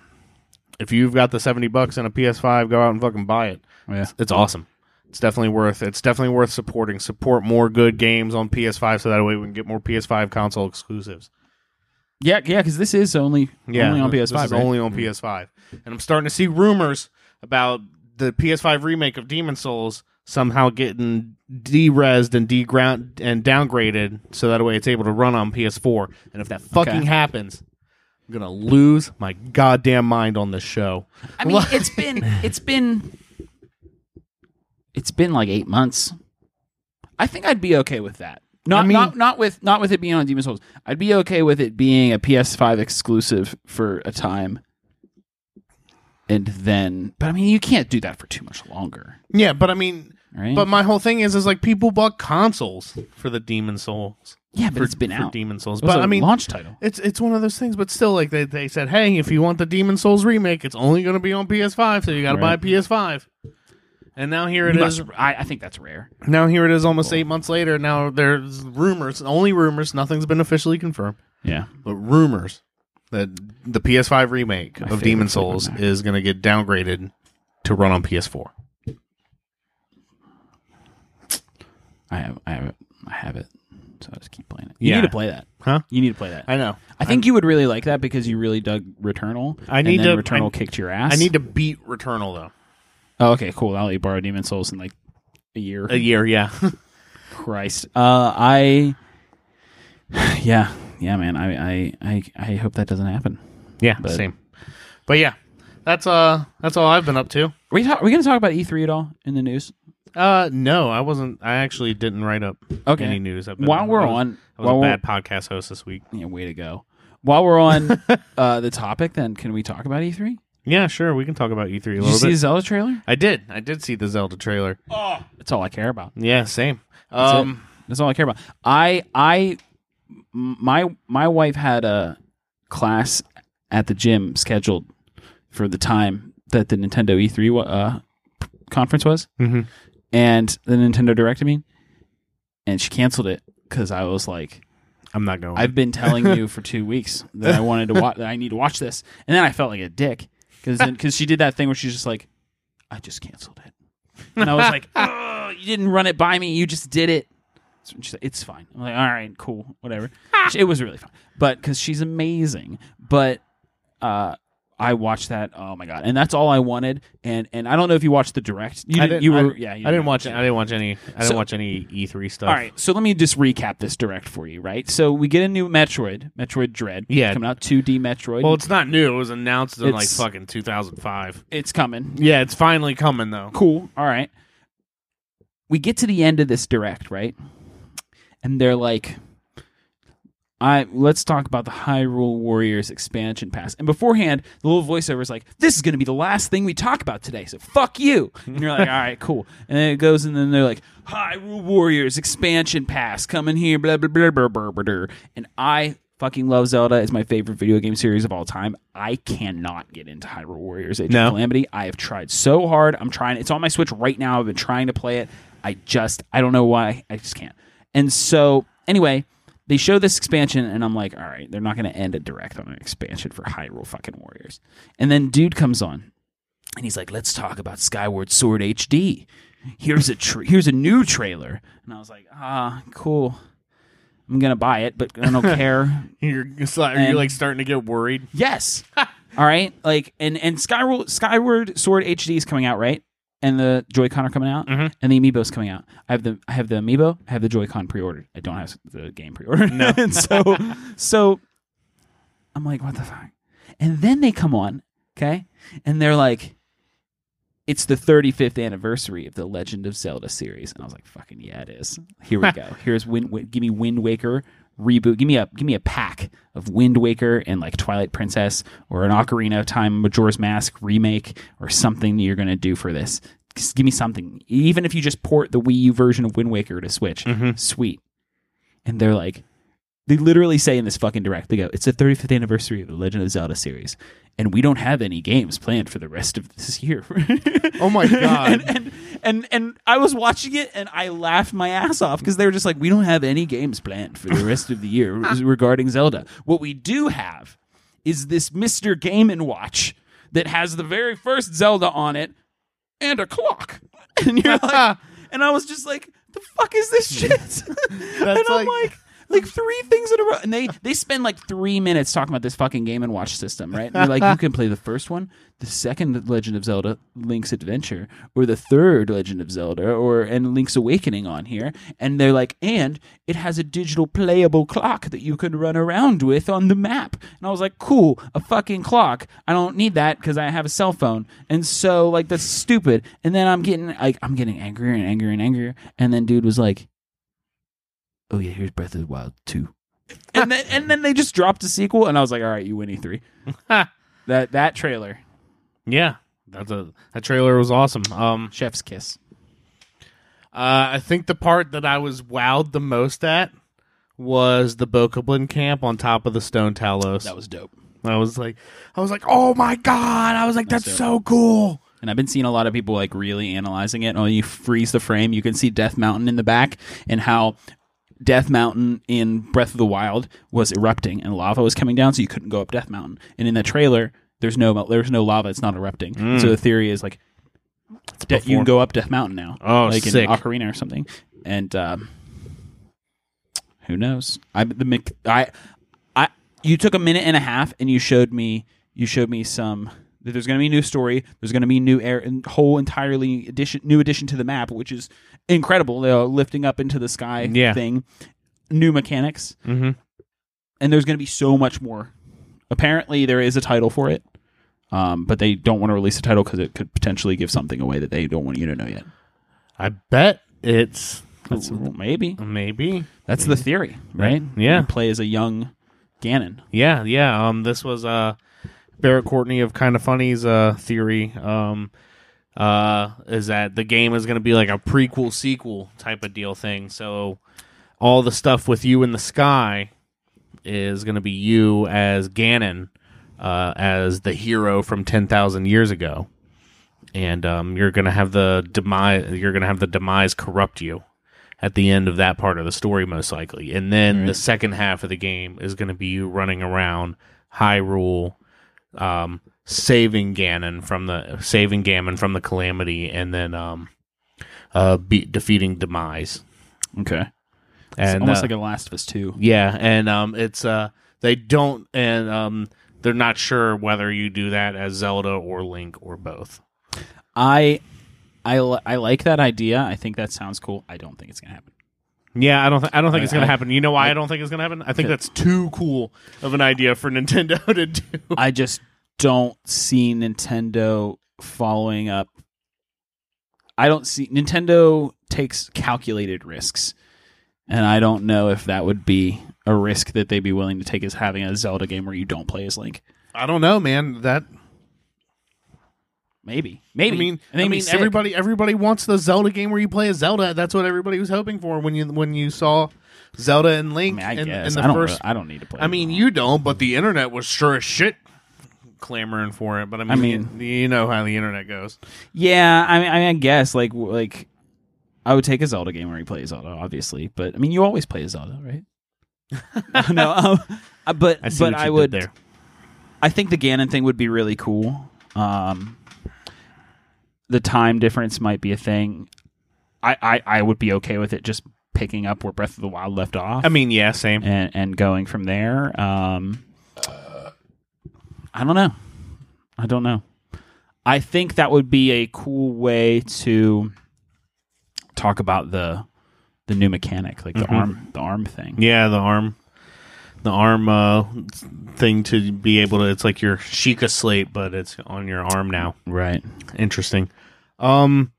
if you've got the seventy bucks and a PS Five, go out and fucking buy it.
Yeah.
It's awesome. It's definitely worth it's definitely worth supporting. Support more good games on PS5 so that way we can get more PS5 console exclusives.
Yeah, yeah, because this is only only on
th-
PS5.
This is Mm.
right?
only on PS5. And I'm starting to see rumors about the PS5 remake of Demon Souls somehow getting de-resed and deground and downgraded so that way it's able to run on PS4. And if that fucking
Okay.
happens, I'm gonna lose my goddamn mind on this show.
I mean, it's been it's been it's been like eight months. I think I'd be okay with that. Not
mean-
not not with not with it being on Demon Souls. I'd be okay with it being a PS5 exclusive for a time, and then. But I mean, you can't do that for too much longer,
Yeah, but I mean,
right?
but my whole thing is, is like people bought consoles for the Demon Souls.
yeah, but
for,
it's been
for
out.
Demon Souls.
It was
But
a
I mean,
launch title.
it's it's one of those things. But still, like they, they said, hey, if you want the Demon Souls remake, it's only going to be on PS5, so you got to buy a
Right.
PS5. And now here it
You
is.
must- I, I think that's rare.
Now here it is, almost eight months later. Now there's rumors, only rumors. Nothing's been officially confirmed,
Yeah,
but rumors that the PS5 remake of
favorite
Demon
freaking
Souls
Mac.
is going to get downgraded to run on PS4.
I have I have it. I have it. So I just keep playing it.
Yeah.
You need to play that,
Huh?
You need to play that.
I know.
I think you would really like that because you really dug Returnal.
I
and
need
then
to-
Returnal
I-
kicked your ass.
I need to beat Returnal though.
Oh, okay, cool. I'll let you borrow Demon Souls in like a year.
A year, yeah.
Christ. Uh, I. Yeah, yeah, man. I, I, I, I hope that doesn't happen.
yeah,
But-
same. But yeah, that's uh, that's all I've been up to.
Are we, ta- are we going to talk about E3 at all in the news?
Uh, no, I wasn't. I actually didn't write up
Okay.
any news. I've
While we're
I was-
on-
I was
while
a
we're-
bad podcast host this week.
Yeah, way to go. While we're on uh, the topic, then can we talk about E3? Did
Yeah, sure. We can talk about E three a
you
little
see
bit.
the Zelda trailer?
I did. I did see the Zelda trailer.
That's all I care about.
Yeah, same.
That's
Um,
it. that's all I care about. I I m- my my wife had a class at the gym scheduled for the time that the Nintendo E3 wa- uh, p- conference was,
Mhm.
and the Nintendo Direct. I mean, and she canceled it because I was like,
I'm not going.
I've been telling you for two weeks that I wanted to watch that I need to watch this, and then I felt like a dick because because she did that thing where she's just like, I just canceled it, and I was like, Ugh, you didn't run it by me, you just did it. So she's like, it's fine. I'm like, all right, cool, whatever. She- it was really fun, but because she's amazing, but uh. I watched that. Oh my god! And that's all I wanted. And and I don't know if you watched the direct. You,
I
didn't, you
I-
were yeah. You
I didn't
know.
watch. I didn't watch any. I didn't
So-
watch any E three stuff.
All right, so let me just recap this direct for you, right? So we get a new Metroid, Metroid Dread.
Yeah.
coming out 2D Metroid.
Well, it's not new. It was announced in like
It's-
fucking 2005.
it's coming.
Yeah, it's finally coming though.
Cool. All right. We get to the end of this direct, right? And they're like, "I let's talk about the Hyrule Warriors expansion pass." And beforehand, the little voiceover is like, "This is going to be the last thing we talk about today, so fuck you." And you're like, "All right, cool." And then it goes, and then they're like, "Hyrule Warriors expansion pass coming here." Blah blah blah blah blah blah. blah." And I fucking love Zelda. It's my favorite video game series of all time. I cannot get into Hyrule Warriors Age
No.
of Calamity. I have tried so hard. I'm trying. It's on my Switch right now. I've been trying to play it. I just I don't know why. I just can't. And so anyway, they show this expansion, and I'm like, all right, they're not going to end a direct on an expansion for Hyrule fucking Warriors. And then dude comes on, and he's like, "Let's talk about Skyward Sword HD. Here's a tra- here's a new trailer." And I was like, "Ah, cool. I'm gonna buy it, but I don't care.
You're, it's like- are you
And-
like starting to get worried?
yes, all right. Like, and and Skyward Skyward Sword HD is coming out, right? And the Joy-Con are coming out, and the Amiibo's coming out. I have the I have the Amiibo. I have the Joy-Con pre-ordered. I don't have the game pre-ordered. No. and so so I'm like, what the fuck? And then they come on, okay, and they're like, it's the 35th anniversary of the Legend of Zelda series, and I was like, fucking yeah, it is. Here we go. Here's Wind. Wa- give me Wind Waker reboot. Give me a give me a pack of Wind Waker and like Twilight Princess or an Ocarina of Time Majora's Mask remake or something you're gonna do for this. Just give me something. Even if you just port the Wii U version of Wind Waker to Switch, sweet. And they're like, they literally say in this fucking direct, they go, it's the 35th anniversary of the Legend of Zelda series, and we don't have any games planned for the rest of this year.
Oh my god!
and, and and and I was watching it and I laughed my ass off because they were just like, we don't have any games planned for the rest of the year regarding Zelda. What we do have is this Mr. Game and Watch that has the very first Zelda on it and a clock. And you're like, and I was just like, the fuck is this shit? and I'm
like-
like, like three things in a row, and they they spend like three minutes talking about this fucking game and watch system, right? And they're like, you can play the first one, the second Legend of Zelda: Link's Adventure, or the third Legend of Zelda, or and Link's Awakening on here, and they're like, and it has a digital playable clock that you can run around with on the map. And I was like, cool, a fucking clock. I don't need that because I have a cell phone, and so like that's stupid. And then I'm getting like I'm getting angrier and angrier and angrier, and then dude was like oh yeah, here's Breath of the Wild two, and then and then they just dropped a sequel, and I was like, all right, you win E three. that that trailer,
Yeah, that's a that trailer was awesome. Um,
Chef's Kiss.
Uh, I think the part that I was wowed the most at was the Bokoblin camp on top of the Stone Talos.
That was dope.
I was like, I was like, oh my god! I was like, that's,
That's
so cool.
And I've been seeing a lot of people like really analyzing it. Oh, you freeze the frame, you can see Death Mountain in the back, and how Death Mountain in Breath of the Wild was erupting and lava was coming down, so you couldn't go up Death Mountain. And in the trailer, there's no there's no lava; it's not erupting.
Hmm.
So the theory is like, De- you can go up Death Mountain now.
Oh,
like
sick.
in Ocarina or something. And um, who knows? I the Mc- I I you took a minute and a half and you showed me you showed me some that there's going to be a new story. There's going to be new air and whole entirely addition new addition to the map, which is incredible. They're lifting up into the sky
Yeah.
thing, new mechanics, mm-hmm. and there's going to be so much more. Apparently, there is a title for it. Um, but they don't want to release a title because it could potentially give something away that they don't want you to know yet.
I bet it's
That's maybe
maybe.
that's the theory, right?
Yeah.
You play as a young Ganon.
Yeah, yeah. Um, this was uh, Barrett Courtney of Kind of Funny's uh theory. Um, uh, is that the game is going to be like a prequel sequel type of deal thing? So all the stuff with you in the sky is going to be you as Ganon, uh, as the hero from ten thousand years ago, and um, you're going to have the demise. You're going to have the demise corrupt you at the end of that part of the story, most likely. And then the second half of the game is going to be you running around Hyrule, um, saving Ganon from the saving Ganon from the calamity, and then um, uh, be, defeating demise.
Okay.
And
almost
uh,
like a Last of Us Two.
yeah, and um, it's uh, they don't, and um, they're not sure whether you do that as Zelda or Link or both.
I, I, li- I like that idea. I think that sounds cool. I don't think it's gonna happen.
Yeah, I don't. Th- I don't think
I-
it's gonna
I-
happen. You know why I, don't think it's gonna happen? I think that's too cool of an idea for Nintendo to do.
I just don't see Nintendo following up. I don't see Nintendo takes calculated risks, and I don't know if that would be a risk that they'd be willing to take as having a Zelda game where you don't play as Link.
I don't know, man. That
Maybe, maybe.
I mean,
And they'd
I
be
mean,
sick.
everybody, everybody wants the Zelda game where you play as Zelda. That's what everybody was hoping for when you when you saw Zelda and
I
Link
mean, I
in,
guess
in the
I don't.
first.
really- I don't need to play.
I mean,
it.
you don't, but the internet was sure as shit clamoring for it. But I mean,
mean-
you, you know how the internet goes.
Yeah, I mean, I, mean, I guess like w- like I would take a Zelda game where you play as Zelda, obviously. But I mean, you always play as Zelda, right? no, um, uh, but
I see
but
what you
I
did
would.
there.
I think the Ganon thing would be really cool. Um, the time difference might be a thing. I, I I would be okay with it just picking up where Breath of the Wild left off
I mean, yeah, same.
and and going from there. Um, I don't know. I don't know. I think that would be a cool way to talk about the the new mechanic, like the arm the arm thing.
Mm-hmm. Yeah, the arm, the arm uh, thing to be able to. It's like your Sheikah slate, but it's on your arm now.
Right.
Interesting. Um,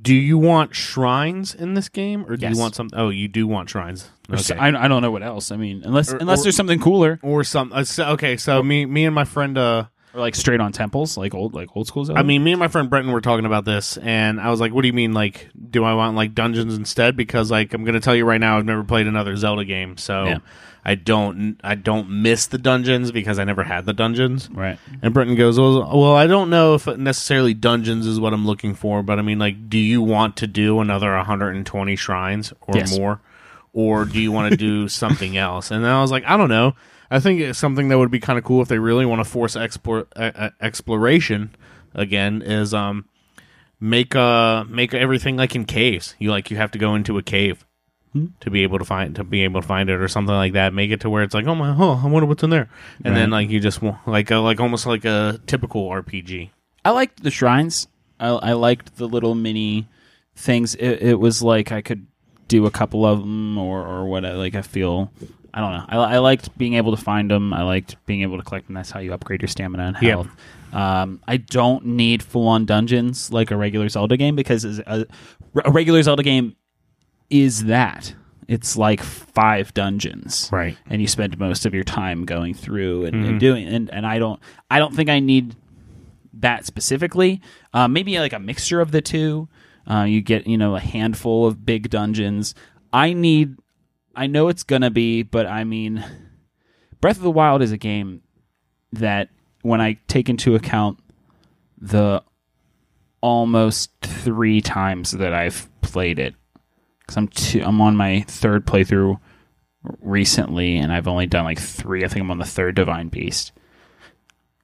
do you want shrines in this game, or do
Yes.
you want something? Oh, you do want shrines.
Or so- I, I don't know what else. I mean, unless
Or-
unless
or-
there's something cooler,
or some. Uh, so, okay, so me, me and my friend. Uh,
or like straight on temples, like old like old school Zelda.
I mean, me and my friend Brenton were talking about this, and I was like, "What do you mean? Like, do I want like dungeons instead? Because like, I'm gonna tell you right now, I've never played another Zelda game, so
Yeah.
I don't, I don't miss the dungeons because I never had the dungeons.
right.
And Brenton goes, well, well, I don't know if necessarily dungeons is what I'm looking for, but I mean, like, do you want to do another 120 shrines or
Yes.
more? Or do you want to do something else? And then I was like, I don't know. I think it's something that would be kind of cool if they really want to force explore, uh, uh, exploration again is um make uh make everything like in caves. You like you have to go into a cave to be able to find to be able to find it or something like that. Make it to where it's like, oh my, oh, I wonder what's in there, and then like you just wa- like a, like almost like a typical RPG.
I liked the shrines. I, I liked the little mini things. It, it was like I could do a couple of them, or or what. I, like I feel, I don't know. I, I liked being able to find them. I liked being able to collect them. That's how you upgrade your stamina and
Yeah.
health. Um, I don't need full on dungeons like a regular Zelda game because as a, a regular Zelda game is that. It's like five dungeons,
Right.
And you spend most of your time going through and, and doing. And, and I don't, I don't think I need that specifically. Uh, maybe like a mixture of the two. Uh, you get you know a handful of big dungeons. I need. I know it's gonna be, but I mean, Breath of the Wild is a game that when I take into account the almost three times that I've played it, because I'm two, I'm on my third playthrough recently, and I've only done like three. I think I'm on the third Divine Beast,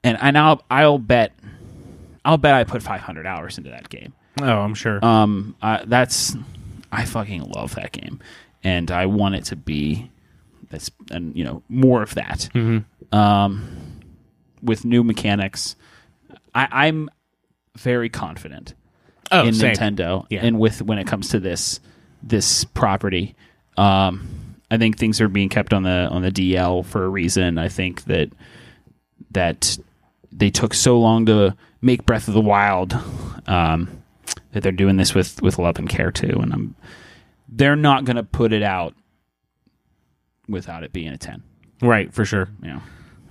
and and I'll I'll bet I'll bet I put 500 hours into that game.
Oh, I'm sure.
Um, I, that's I fucking love that game, and I want it to be that's and you know more of that. Um, with new mechanics, I, I'm very confident
oh,
in
same.
Nintendo
Yeah.
and with when it comes to this this property. Um, I think things are being kept on the on the DL for a reason. I think that that they took so long to make Breath of the Wild um, that they're doing this with with love and care too. And I'm they're not going to put it out without it being a ten.
Right, for sure.
You know.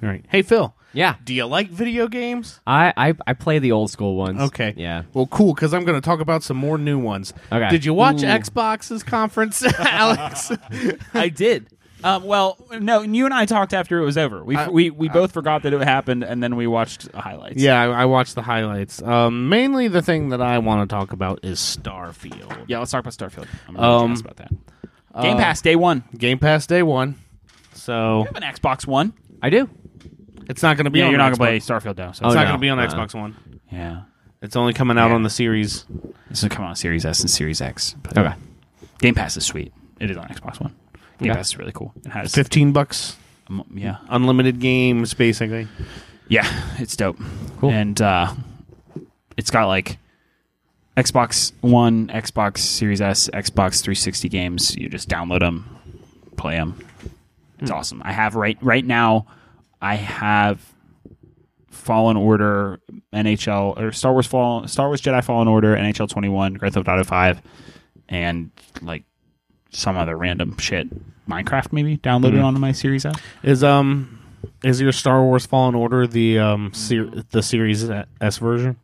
Right. Hey, Phil.
Yeah.
Do you like video games?
I, I I play the old school ones.
Okay.
Yeah.
Well, cool, because I'm going to talk about some more new ones.
Okay.
Did you watch Xbox's conference, Alex?
I did. Um, well, no, you and I talked after it was over. We we, we both forgot that it happened, and then we watched highlights.
yeah, I, I watched the highlights. Um, mainly, the thing that I want to talk about is Starfield.
Yeah, let's talk about Starfield. I'm really
Um,
curious about that. Game Pass day one. You
Game Pass day one. So
have an Xbox One.
I do.
it's not going to be. on Xbox.
Starfield now. So
Oh,
It's not
no.
going to be on
Uh-uh.
Xbox One.
yeah,
It's only coming out on the series.
this is coming on Series S and Series X. But
Okay.
Game Pass is sweet. It is on Xbox One. Game
Okay.
Pass is really cool. It has
Fifteen bucks,
um, yeah,
unlimited games, basically.
yeah, it's dope.
Cool.
and uh, it's got like Xbox One, Xbox Series S, Xbox 360 games. You just download them, play them. It's awesome. I have right right now. I have Fallen Order, NHL or Star Wars Fall, Star Wars Jedi Fallen Order, NHL 21, Grand Theft Auto 5, and like some other random shit. Minecraft maybe downloaded onto my Series S.
Is um, is your Star Wars Fallen Order the um ser- the series S version?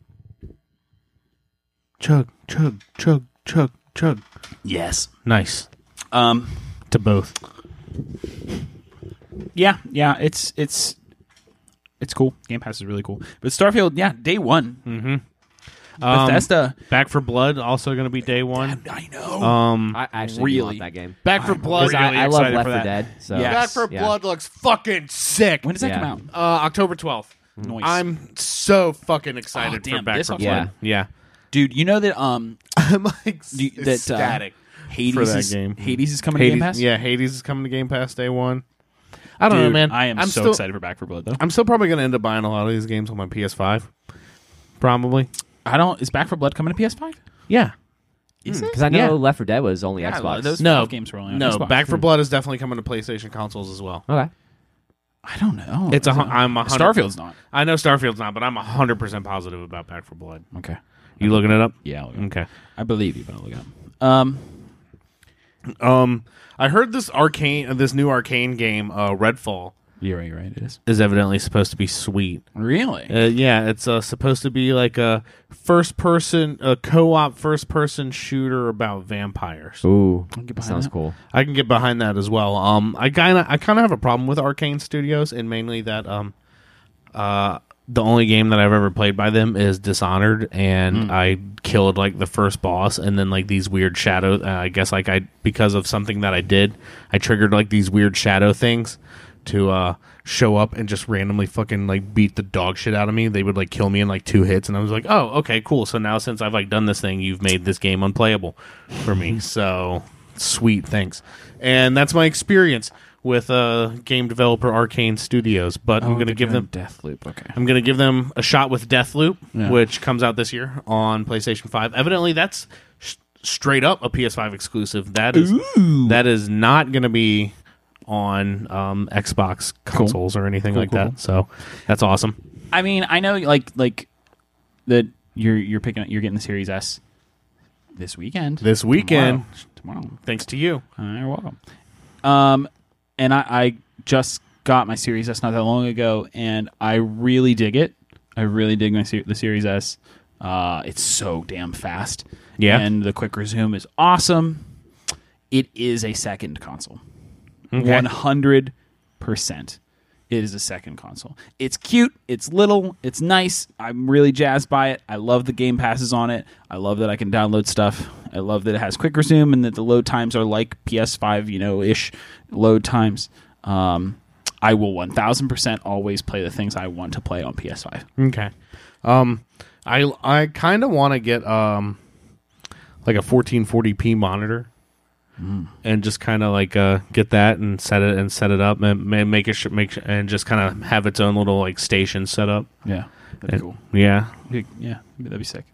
Chug, chug, chug, chug, chug.
Yes.
Nice
Um.
to both.
Yeah, yeah, it's it's it's cool. Game Pass is really cool. But Starfield, yeah, day one.
Um,
Bethesda.
Back for Blood also going to be day one.
I know.
Um,
I actually
Really?
really? want that game.
Back for Blood.
'Cause I, I love
excited
Left
for
4
that.
Dead. So
Yeah.
Back
Yes.
for
Yeah.
Blood looks fucking sick.
when does that
yeah.
come out?
uh, October twelfth?
Noise.
I'm so fucking
Oh,
excited for
damn,
Back
this
for
one's
Blood.
fun.
Yeah,
Dude, you know that um
I'm like
you- that, uh,
ecstatic.
Hades
For that
is,
game.
Hades is coming to Game Pass?
Yeah, Hades is coming to Game Pass day one. I don't
Dude,
know, man.
I am
I'm
so
still,
excited for Back for Blood though.
I'm still probably going to end up buying a lot of these games on my PS5. Probably.
I don't is Back for Blood coming to PS5?
Yeah.
Is
Because Mm. I know
Yeah.
Left 4 Dead was only
Yeah,
Xbox.
those
No.
Xbox games were only on
No,
Xbox.
Back for Blood is definitely coming to PlayStation consoles as well.
Okay.
I don't know.
It's a hun- I'm a hundred-
Starfield's not.
I know Starfield's not, but I'm 100% positive about Back for Blood.
Okay.
You looking it up?
Yeah, I'll look it up.
Okay.
I believe you, but I'll look it up. Um
Um, I heard this arcane, this new arcane game, uh, Redfall,
You're right, you're right, it is.
is evidently supposed to be sweet.
Really?
Uh, yeah, it's uh, supposed to be like a first person, a co op first person shooter about vampires.
Ooh,
get behind
sounds
that.
cool.
I can get behind that as well. Um, I kind of, I kind of have a problem with Arcane Studios, and mainly that um, uh, the only game that I've ever played by them is Dishonored, and I killed like the first boss, and then like these weird shadow. Uh, I guess like I because of something that I did, I triggered like these weird shadow things to uh show up and just randomly fucking like beat the dog shit out of me. They would like kill me in like two hits, and I was like, oh okay, cool. So now since I've like done this thing, you've made this game unplayable for me. so sweet, thanks. And that's my experience with uh, game developer Arcane Studios. But
Oh,
I'm going to give them
death loop. Okay.
I'm going to give them a shot with Deathloop,
Yeah.
which comes out this year on PlayStation 5. Evidently, that's sh- straight up a PS5 exclusive. That is that is not going to be on um, Xbox consoles or anything like
cool,
that. So that's awesome.
I mean, I know like like that you're you're picking up you're getting the Series S this weekend.
This weekend,
tomorrow. tomorrow.
thanks to you.
Uh, you're welcome. Um, and I, I just got my Series S not that long ago, and I really dig it. I really dig my ser- the Series S. Uh, it's so damn fast.
Yeah.
and the quick resume is awesome. It is a second console.
Okay.
One hundred percent. It is a second console. It's cute. It's little. It's nice. I'm really jazzed by it. I love the game passes on it. I love that I can download stuff. I love that it has quick resume and that the load times are like PS5, you know, ish load times. Um, I will 1000% always play the things I want to play on PS5.
Okay. Um, I I kind of want to get um, like a 1440p monitor,
Mm.
and just kind of like uh get that and set it and set it up and ma- make it sh- make sh- and just kind of have its own little like station set up.
Yeah. That'd be
And-
cool.
Yeah,
Yeah, Yeah. That'd be sick.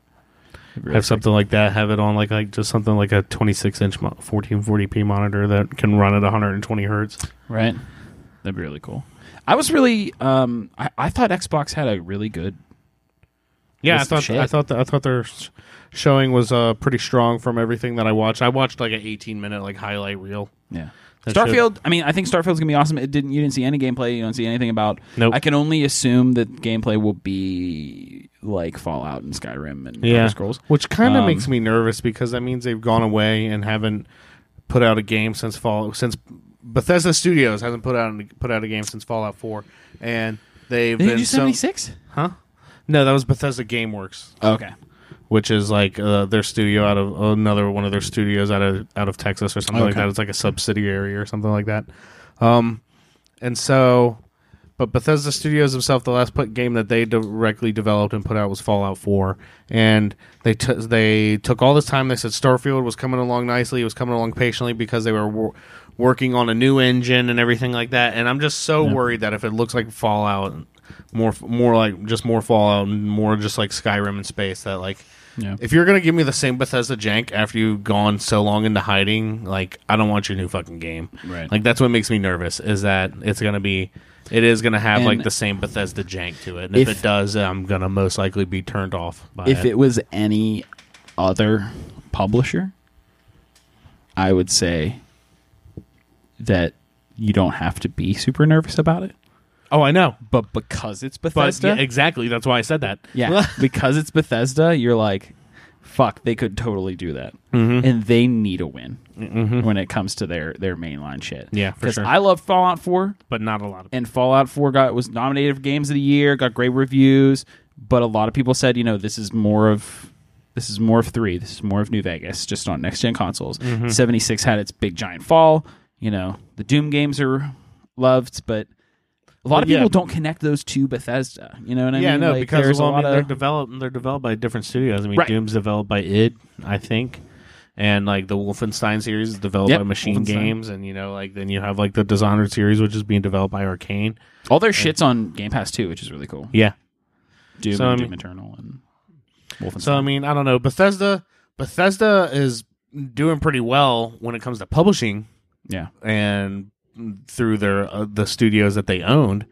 That'd be really
have
sick.
something like that. Have it on like like just something like a 26 inch mo- 1440p monitor that can run at 120 hertz.
Right. That'd be really cool. I was really, um, I, I thought Xbox had a really good
Yeah, I
That's the
thought
shit.
I thought the, I thought their s- showing was uh pretty strong from everything that I watched. I watched like an 18 minute like highlight reel.
Yeah.
That
Starfield. I mean, I think Starfield's gonna be awesome. It didn't. You didn't see any gameplay. You don't see anything about.
Nope.
I can only assume that gameplay will be like Fallout and Skyrim and Elder Scrolls.
Which kind of
Um,
makes me nervous because that means they've gone away and haven't put out a game since fall since Bethesda Studios hasn't put out put out a game since Fallout 4 and they've
Did
been
you do
so-
seventy six?
huh? No, that was Bethesda GameWorks,
Okay.
which is like uh, their studio out of another one of their studios out of out of Texas or something like
Okay.
that. It's like a subsidiary or something like that. Um and so but Bethesda Studios themselves, the last put game that they directly developed and put out was Fallout 4, and they t- they took all this time. They said Starfield was coming along nicely, it was coming along patiently because they were wor- working on a new engine and everything like that. And I'm just so worried that if it looks like Fallout, more more like just more Fallout and more just like Skyrim in space, that like
Yeah.
if you're gonna give me the same Bethesda jank after you've gone so long into hiding, like I don't want your new fucking game.
Right.
Like that's what makes me nervous is that it's gonna be, it is gonna have like
And-
the same Bethesda jank to it. And if,
If-
it does, I'm gonna most likely be turned off by
If it was any other publisher, I would say that you don't have to be super nervous about it.
oh, I know,
But because it's
but
Bethesda,
yeah, exactly. That's why I said that.
Yeah, because it's Bethesda, you're like, fuck, they could totally do that,
Mm-hmm.
and they need a win when it comes to their their mainline shit.
Yeah, for
'Cause
sure.
I love Fallout Four,
but not a lot of.
and Fallout Four got was nominated for Games of the Year, got great reviews, but a lot of people said, you know, this is more of this is more of three, this is more of New Vegas, just on next gen consoles.
Mm-hmm.
Seventy six had its big giant fall. You know, the Doom games are loved, but. A lot of
Yeah.
people don't connect those to Bethesda. You know what I
yeah,
mean?
no,
Like,
because
there's
well,
a
I mean,
lot
they're
of
developed. They're developed by different studios. I mean,
Right.
Doom's developed by id, I think, and like the Wolfenstein series is developed
Yep,
by Machine
Wolfenstein.
Games, and you know, like then you have like the Dishonored series, which is being developed by Arcane.
All their shit's on Game Pass too, which is really cool.
Yeah.
Doom,
So, I
and
mean-
Doom Eternal, and Wolfenstein.
So I mean, I don't know. Bethesda, Bethesda is doing pretty well when it comes to publishing
yeah,
and through their uh, the studios that they owned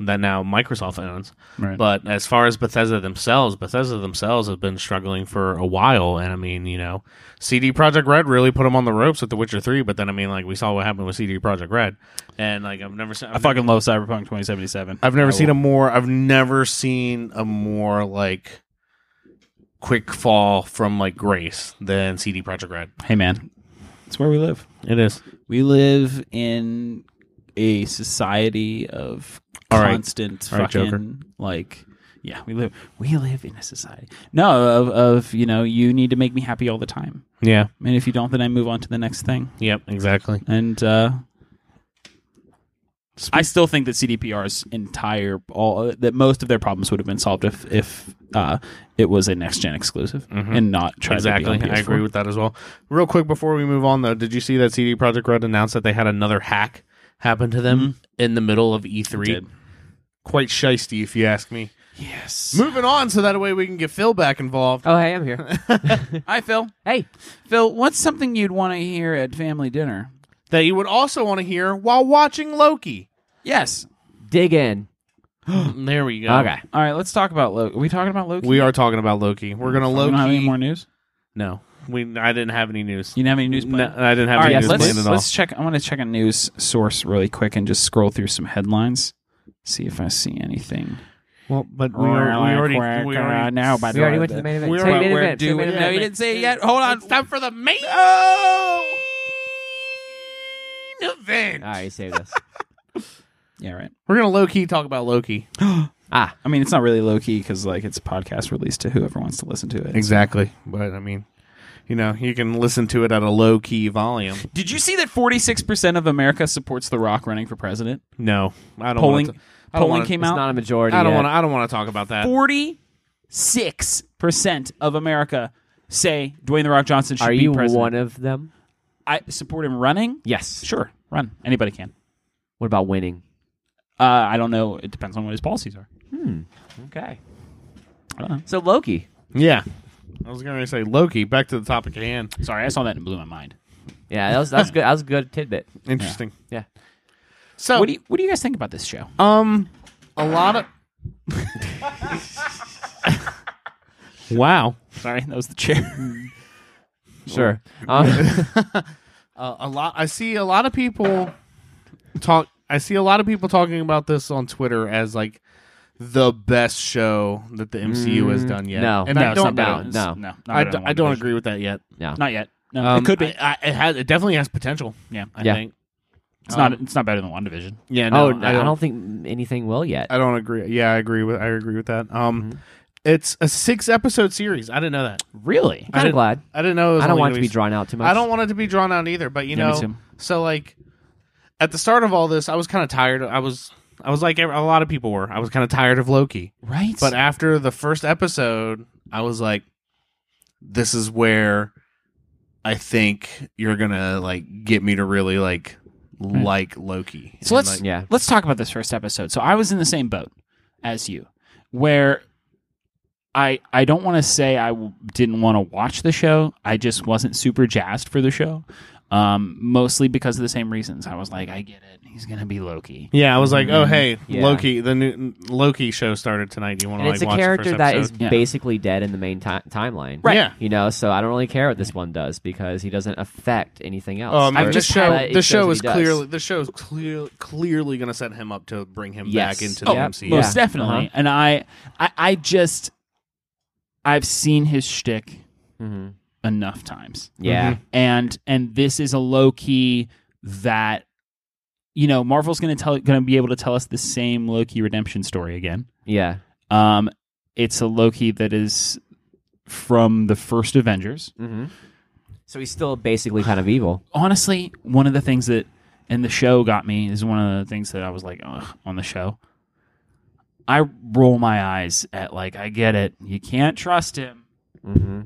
that now Microsoft owns.
right.
But as far as Bethesda themselves, Bethesda themselves have been struggling for a while. And I mean, you know, CD Project Red really put them on the ropes with The Witcher Three. But then I mean, like we saw what happened with CD Project Red, and like I've never seen.
I fucking love Cyberpunk 2077.
I've never
I
seen
will-
a more. I've never seen a more like quick fall from like grace than CD Project Red.
Hey man, it's where we live.
It is
We live in a society of
All right.
constant
All right,
fucking
Joker.
like. Yeah, we live. We live in a society. No, of of you know, you need to make me happy all the time.
yeah,
And if you don't, then I move on to the next thing.
yep, exactly.
And uh I still think that CDPR's entire all that most of their problems would have been solved if if uh, it was a next gen exclusive and not tried
Mm-hmm. Exactly.
To be on
I
PS4.
agree with that as well. Real quick before we move on, though, did you see that CD Projekt Red announced that they had another hack happen to them in the middle of E3?
Mm-hmm. Did.
Quite shisty, if you ask me.
Yes.
Moving on, so that way we can get Phil back involved.
Oh, hey, I'm here.
Hi, Phil.
hey,
Phil, what's something you'd want to hear at family dinner?
That you would also want to hear while watching Loki.
Yes.
dig in.
there we go.
Okay.
All right. Let's talk about Loki. Are we talking about Loki?
We are talking about Loki. We're gonna
We
Loki.
don't have any more news.
No, we. I didn't have any news.
You didn't have any news?
No,
planned?
I didn't have
All
any
right,
news
let's,
planned at all.
let's check. I want to check a news source really quick and just scroll through some headlines, see if I see anything.
well, but we, are, we already. We already
now, by
We
the
already
way,
went to the main event.
we
So main
we're
event, so
due-
main
No,
event.
you didn't say it yet. Hold on.
It's time for the main
Oh!
event.
All right, you save this.
Yeah, right.
We're gonna low key talk about Loki.
ah,
I mean, it's not really low key because like it's a podcast released to whoever wants to listen to it.
Exactly. But I mean, you know, you can listen to it at a low key volume.
Did you see that forty six percent of America supports The Rock running for president?
No, I don't.
Polling
wanna t- I don't
polling
wanna-
came
it's not
out.
a majority.
I don't
yet.
want to. I don't want to talk about that.
Forty six percent of America say Dwayne The Rock Johnson should
Are
be
you
president.
one of them?
I support him running.
Yes.
Sure, run. Anybody can.
What about winning?
Uh, I don't know. It depends on what his policies are.
Okay.
I don't know.
So Loki.
Yeah, I was gonna say Loki. Back to the topic at hand.
Sorry, I saw that and blew my mind.
Yeah, that was that's good. That was a good tidbit.
Interesting.
Yeah.
So
What do you What do you guys think about this show?
Um, a lot of. wow.
Sorry, that was the chair.
Sure. Um,
Uh, a lot. I see a lot of people talk. I see a lot of people talking about this on Twitter as like the best show that the MCU has done yet.
Mm-hmm. no.
and I
it's not
don't.
better.
know.
No.
no, not
I,
better
d-
than
I don't
WandaVision.
agree with that yet.
no.
Not yet. No,
Um,
it could be.
I, I, it has. It definitely has potential.
yeah,
I
Yeah.
think.
it's not. It's not better than one division.
Yeah.
oh,
No,
I, don't, think anything will yet.
I don't agree. Yeah, I agree with. I agree with that. Um,
Mm-hmm.
it's a six episode series. I didn't know that.
Really?
I'm kind
didn't-
of glad.
I didn't know. It was
I don't
only
want it
gonna
to be
s-
drawn out too much.
I don't want it to be drawn out either, but you
Yeah, me
know,
too.
so like at the start of all this, I was kind of tired. I was, I was like ev- a lot of people were. I was kind of tired of Loki,
Right.
but after the first episode, I was like, this is where I think you're gonna like get me to really like
Hmm.
like Loki.
so
And,
let's
like,
Yeah.
let's talk about this first episode. So I was in the same boat as you, where I I don't want to say I w- didn't want to watch the show. I just wasn't super jazzed for the show, um, mostly because of the same reasons. I was like, I get it. He's gonna be Loki.
yeah, I was like, oh hey,
Mm-hmm. Yeah.
Loki, the new Loki show started tonight. Do you want
And
to like
it's a
watch the
character
first
that is
episode?
Yeah.
basically dead in the main ti- timeline.
Right.
Yeah.
You know, so I don't really care what this one does because he doesn't affect anything else.
Oh,
Um,
I mean,
Or
this
kinda
show,
it
this
shows
show
what
is
he does.
clearly, this show is clear, clearly going to set him up to bring him
Yes.
back into
Oh,
the
yeah.
MCU.
Most definitely.
Uh-huh.
And I, I, I just, I've seen his shtick
Mhm.
enough times,
Yeah.
and and this is a low key that, you know, Marvel's gonna tell, gonna be able to tell us the same low key redemption story again.
Yeah.
Um, it's a low key that is from the first Avengers.
hmm So he's still basically kind of evil.
Honestly, one of the things that and the show got me is one of the things that I was like, Ugh, on the show. I roll my eyes at like I get it. You can't trust him.
Mm-hmm.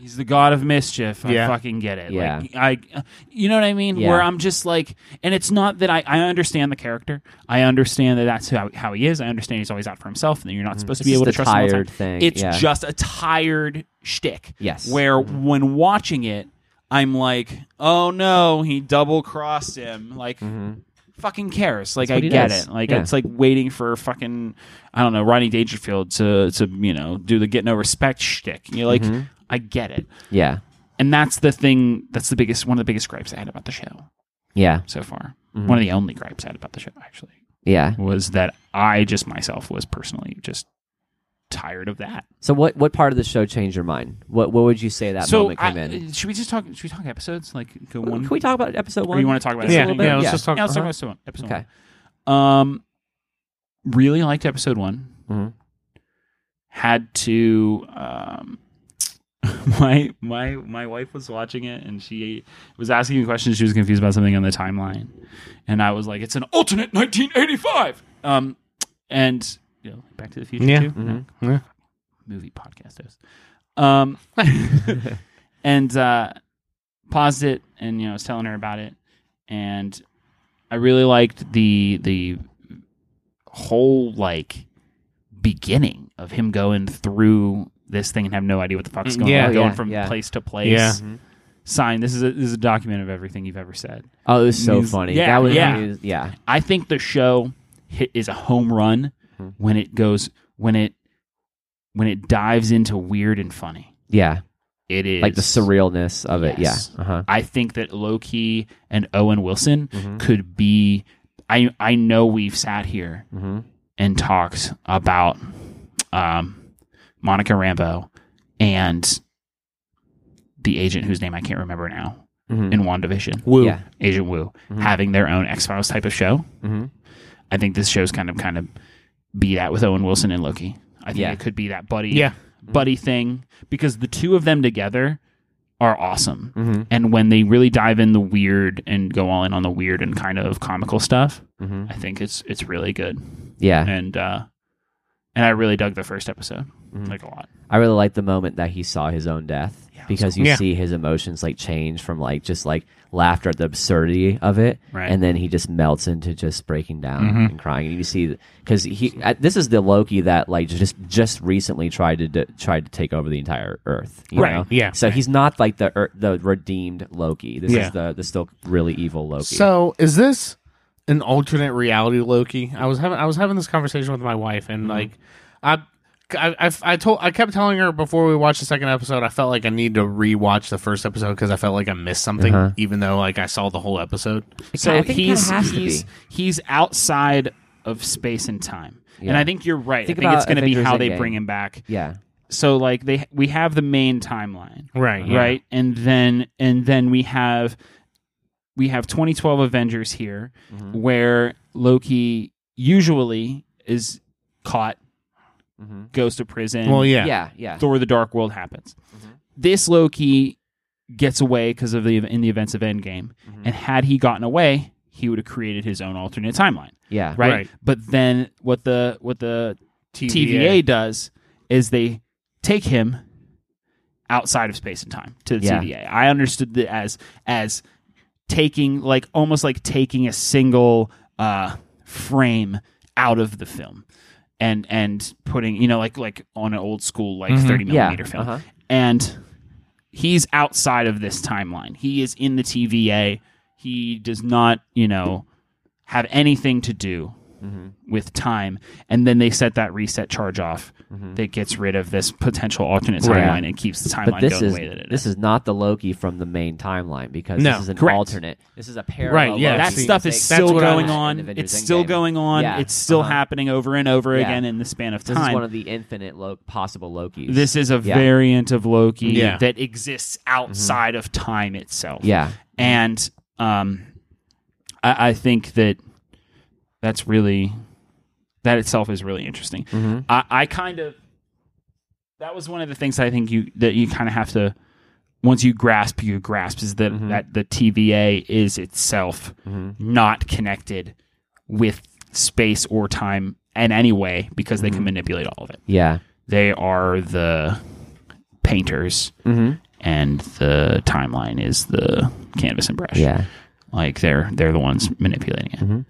He's the god of mischief. I
Yeah.
fucking get it.
Yeah.
Like I you know what I mean?
Yeah.
Where I'm just like and it's not that I, I understand the character. I understand that that's how, how he is. I understand he's always out for himself and that you're not supposed to
Mm. It's
be able to
just a
trust him all the
tired
time.
thing,
It's
yeah.
just a tired shtick.
Yes. Mm-hmm.
Where when watching it, I'm like, "Oh no, he double crossed him." Like
Mm-hmm.
Fucking cares. Like I
what he
get
does.
it. Like
Yeah.
it's like waiting for fucking I don't know Rodney Dangerfield to to you know do the get no respect shtick. You're like
Mm-hmm.
I get it
Yeah.
and that's the thing that's the biggest one of the biggest gripes i had about the show
Yeah.
so far
Mm-hmm.
one of the only gripes i had about the show actually
Yeah.
was that i just myself was personally just tired of that
So what what part of the show changed your mind? What what would you say that
so
moment came
I-
in?
should we just talk should we talk episodes like go one
Can we talk about episode one?
or you want to talk about
Just
yeah,
a
episode
little bit?
yeah, let's
Yeah.
just talk.
yeah, let's talk
uh-huh.
about episode one episode
Okay.
one um really liked episode one
Mhm.
had to um my my my wife was watching it and she was asking me questions. She was confused about something on the timeline, and I was like, "It's an alternate 1985." Um, and you know, Back to the Future
Yeah. Mm-hmm.
too.
Mm-hmm.
Yeah.
Movie podcast host. Um, and uh, paused it, and you know, I was telling her about it, and I really liked the the whole like beginning of him going through this thing and have no idea what the fuck's going
yeah,
on, going
Mm, yeah,
from
yeah. Mm-hmm.
place to place.
Yeah.
Sign this is a, this is a document of everything you've ever said.
Oh, it was so
Means-
funny.
yeah,
that was
yeah.
it was- yeah.
I think the show hit, is a home run
Mm-hmm.
when it goes when it when it dives into weird and funny.
Yeah.
It is
Like the surrealness of it.
Yes.
Yeah. Uh-huh.
I think that Loki and Owen Wilson could be. I I know we've sat here and talked about um, Monica Rambo and the agent whose name I can't remember now in WandaVision. Woo.
Yeah.
Agent Wu having their own X Files type of show.
Mhm.
I think this show's kind of kind of be that with Owen Wilson and Loki. I think
Yeah.
it could be that buddy
Yeah.
buddy thing because the two of them together are awesome. And when they really dive in the weird and go all in on the weird and kind of comical stuff, I think it's it's really good.
Yeah.
And uh and I really dug the first episode like a lot.
I really like the moment that he saw his own death because you
Yeah.
see his emotions like change from like just like laughter at the absurdity of it,
Right.
and then he just melts into just breaking down
Mm-hmm.
and crying. And you see because he uh, this is the Loki that like just just recently tried to d- tried to take over the entire Earth, you
Right,
know?
yeah.
So he's not like the Ear- the redeemed Loki. This
Yeah.
is the the still really evil Loki.
So is this an alternate reality Loki? I was having I was having this conversation with my wife,
Mm-hmm.
and like I. I, I, I told I kept telling her before we watched the second episode I felt like I need to rewatch the first episode because I felt like I missed something
Uh-huh.
even though like I saw the whole episode.
So
I think it kinda
he's
has to
he's
be.
he's outside of space and time. And
Yeah.
I think you're right.
Think
I think it's
about
going to be
Avengers
how they
Endgame.
bring him back.
yeah.
so like they we have the main timeline
Right, yeah.
right and then and then we have we have 2012 avengers here
Mm-hmm.
where loki usually is caught
Mm-hmm.
goes to prison
Well, yeah,
Yeah. Yeah.
thor the dark world happens this loki gets away because of the in the events of endgame and had he gotten away he would have created his own alternate timeline
Yeah.
right?
Right.
But then what the what the TVA. does is they take him outside of space and time to the
Yeah.
TVA. I understood it as as taking like almost like taking a single uh frame out of the film and and putting you know like like on an old school like 30
Mm-hmm. Yeah,
millimeter film
uh-huh.
and he's outside of this timeline he is in the TVA he does not you know have anything to do with time and then they set that reset charge off that gets rid of this potential alternate timeline and keeps the timeline
But this
going
is
the way that it is.
this is not the Loki from the main timeline because
No,
this is an
correct.
alternate. This is a parallel.
Right, yeah,
Loki
that
I've seen-
stuff
that
is
takes
that's
still
what I-
going
place
on.
in Avengers
It's still
Endgame.
going on.
Yeah,
It's still
uh-huh.
happening over and over
Yeah.
again in the span of
This
time.
is one of the infinite lo- possible Lokis.
This is a
Yeah.
variant of Loki
Yeah.
that exists outside of time itself.
Yeah.
and um, I, I think that that's really that itself is really interesting. I, I kind of that was one of the things I think you that you kind of have to once you grasp you grasp is that that the TVA is itself not connected with space or time in any way because they can manipulate all of it
Yeah.
they are the painters and the timeline is the canvas and brush
Yeah.
like they're they're the ones manipulating it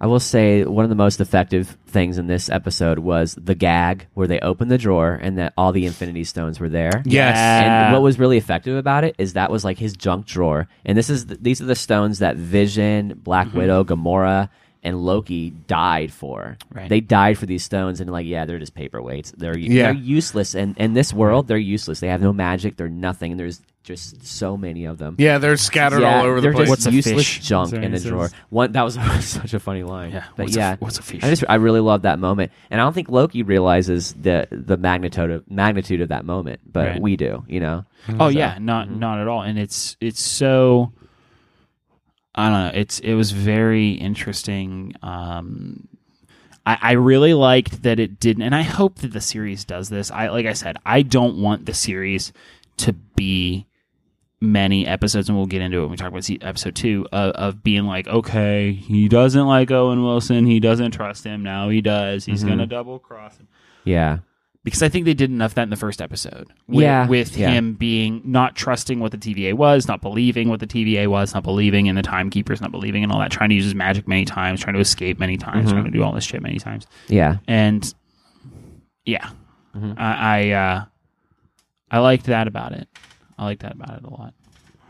I will say one of the most effective things in this episode was the gag where they opened the drawer and that all the Infinity Stones were there.
Yes.
And what was really effective about it is that was like his junk drawer, and this is th- these are the stones that Vision, Black
Mm-hmm.
Widow, Gamora, and Loki died for.
Right.
They died for these stones, and like yeah, they're just paperweights. They're
Yeah.
they're useless, and in this world, they're useless. They have no magic. They're nothing. And there's just so many of them.
yeah, they're scattered all over the
they're
place.
Just
What's a
useless
fish?
junk
Sorry,
in the
it says-
drawer. One that was such a funny line.
Yeah,
but
what's a-
yeah,
what's a fish?
I just I really love that moment, and I don't think Loki realizes the the magnitude of magnitude of that moment, but
Right.
we do. You know,
oh yeah not not at all and it's it's so i don't know it's it was very interesting um I, I really liked that it didn't and i hope that the series does this i like i said i don't want the series to be many episodes, and we'll get into it when we talk about se- episode two uh, of being like, okay, he doesn't like Owen Wilson, he doesn't trust him. Now he does. He's gonna double cross him
Yeah.
because I think they did enough of that in the first episode. With,
Yeah,
with
yeah.
him being not trusting what the TVA was, not believing what the TVA was, not believing in the timekeepers, not believing in all that, trying to use his magic many times, trying to escape many times, trying to do all this shit many times,
Yeah.
and yeah, I I, uh, I liked that about it. I liked that about it a lot.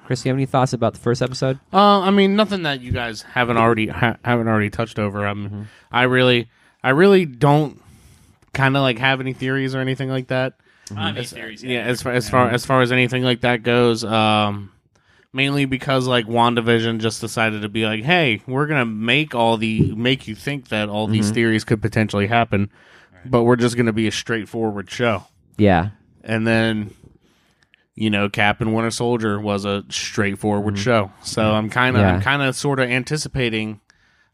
Chris, you have any thoughts about the first episode?
Uh, I mean, nothing that you guys haven't already ha- haven't already touched over. Um, I really, I really don't kind of like have any theories or anything like that. Yeah, as far as far as far as anything like that goes, um, mainly because like Wandavision just decided to be like, hey, we're gonna make all the make you think that all these theories could potentially happen, but we're just gonna be a straightforward show.
Yeah.
And then, you know, Cap and Winter Soldier was a straightforward
Mm-hmm.
show. So I'm kind of
Yeah.
I'm kind of sort of anticipating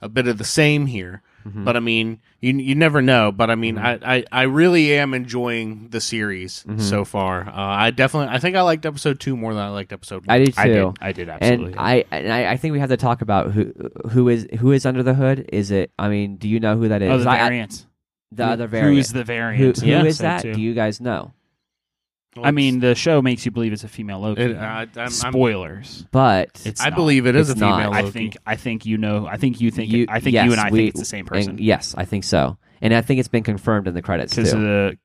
a bit of the same here.
Mm-hmm.
But I mean, you you never know. But I mean, I, I I really am enjoying the series
Mm-hmm.
so far. Uh, I definitely I think I liked episode two more than I liked episode one.
I did too.
I did. I did absolutely.
And I, and I I think we have to talk about who who is who is under the hood. Is it? I mean, do you know who that is?
oh, the
I- I-
variant.
the
Who-
other variant.
Who's the
Who-
variant?
who
Yeah,
is
so
that?
too.
Do you guys know?
I mean, the show makes you believe it's a female Loki.
It- I- I'm- I'm-
Spoilers.
But
It's
I
not.
believe it is a
It's not.
female.
I
Loki.
think I think you know. I think you think. I think
yes,
you and I
we-
think it's the same person
and yes, I think so. And I think it's been confirmed in the credits too.
because of the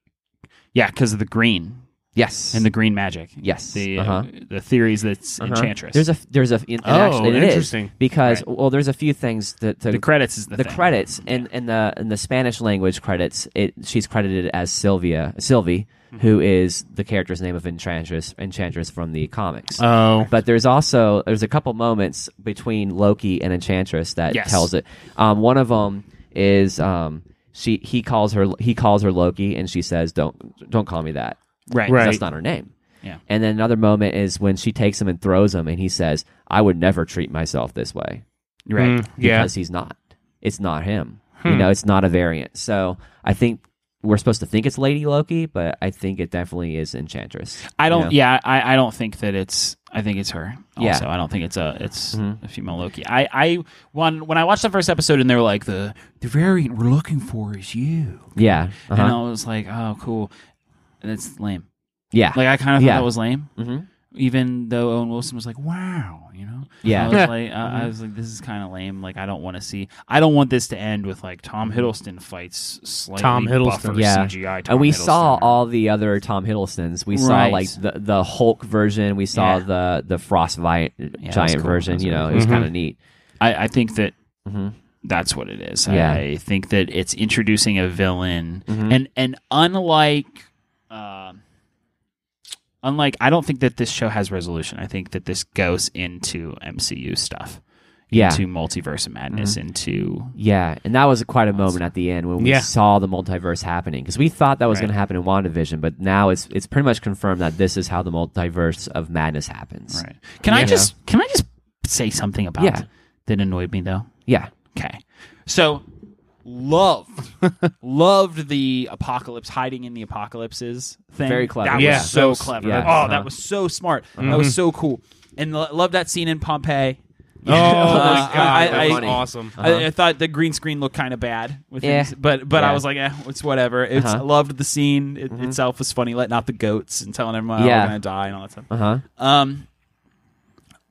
yeah because of the green
yes.
and the green magic.
Yes,
the
uh-huh.
the theories that's
Uh-huh.
enchantress.
There's a there's a and
Oh,
actually, and it is,
interesting.
because well there's a few things that to,
the credits is the,
the
thing.
credits in, in the in the Spanish language credits, it she's credited as Sylvia Sylvie,
Mm-hmm.
who is the character's name of Enchantress Enchantress from the comics.
oh,
but there's also there's a couple moments between Loki and Enchantress that
Yes.
tells it. Um, one of them is um, she he calls her he calls her Loki and she says don't don't call me that
Right.
Right.
that's not her name.
Yeah.
And then another moment is when she takes him and throws him and he says I would never treat myself this way
Right.
Mm, yeah. Hmm.
because he's not. It's not him. You know, it's not a variant. So I think we're supposed to think it's Lady Loki, but I think it definitely is Enchantress.
I
know?
don't. Yeah. I, I don't think that it's. I think it's her. Also,
Yeah. Mm-hmm.
I don't think it's a it's a female Loki. I I when when I watched the first episode and they were like the the variant we're looking for is you,
Yeah. uh-huh.
and e-, I was like, oh cool, and it's lame.
Yeah.
Like I kind of thought
Yeah.
that was lame.
Mhm.
even though Owen Wilson was like, "Wow," you know.
Yeah. Mm-hmm.
I was like, I, I was like, this is kind of lame. Like, I don't want to see. I don't want this to end with like Tom Hiddleston fights slightly
Tom Hiddleston.
buffer
Yeah.
CGI. Tom
and we saw
Hiddleston.
all the other Tom Hiddlestons. We saw
Right.
like the, the Hulk version. We saw
Yeah.
the the Frost vi-
was
giant
cool.
version.
That's
You know,
really
it
Mm-hmm.
was kind of neat.
I, I think that
Mhm.
that's what it is.
Yeah. Mm-hmm.
I think that it's introducing a villain, and and unlike. um Unlike, I don't think that this show has resolution. I think that this goes into MCU stuff,
Yeah, Mm-hmm.
into multiverse of madness, into
yeah, and that was quite a moment at the end when we
Yeah.
saw the multiverse happening because we thought that was
Right.
going to happen in Wandavision, but now it's it's pretty much confirmed that this is how the multiverse of madness happens.
Right. Can I
Yeah.
just can I just say something about
Yeah.
that annoyed me though?
Yeah,
Okay. So loved loved the apocalypse hiding in the apocalypses thing.
Very clever.
That
Yeah.
was so
That was-
clever.
yeah.
oh, that was so smart. That was so cool. And lo- loved that scene in Pompeii. Uh,
oh my god,
I-
that was
I-
awesome.
I, I thought the green screen looked kind of bad, with
Uh-huh. Yeah.
things, but but
Yeah.
I was like, eh, it's whatever. It's
Uh-huh. Mm-hmm.
I loved the scene it, itself was funny, letting out the goats and telling everyone oh,
Yeah.
we're gonna die and all that stuff.
uh huh.
Um,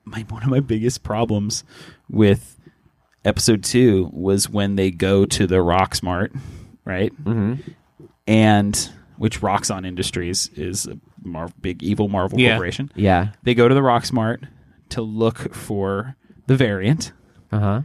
my one of my biggest problems with episode two was when they go to the Rocksmart, right? Mm-hmm. And which Roxxon Industries is a mar- big evil Marvel
Yeah.
corporation.
Yeah,
They go to the Rocksmart to look for the variant,
uh huh.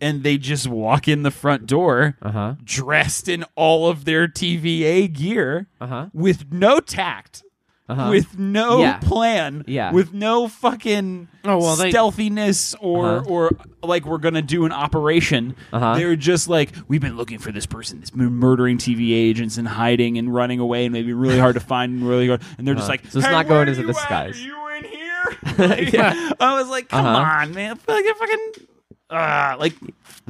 and they just walk in the front door.
Uh huh.
Dressed in all of their TVA gear,
Uh-huh.
with no tact,
Uh-huh.
with no
Yeah.
plan,
Yeah.
with no fucking
Oh, well, they-
stealthiness or
Uh-huh.
or like we're gonna do an operation.
Uh-huh.
They're just like we've been looking for this person that's been murdering TV agents and hiding and running away and maybe really hard to find and really hard. And they're just like,
So it's
"Hey,
not going
where
into
are
the
you at?
skies."
Are you in here? Like, I was like, come
Uh-huh.
on, man, fucking fucking. Uh, like,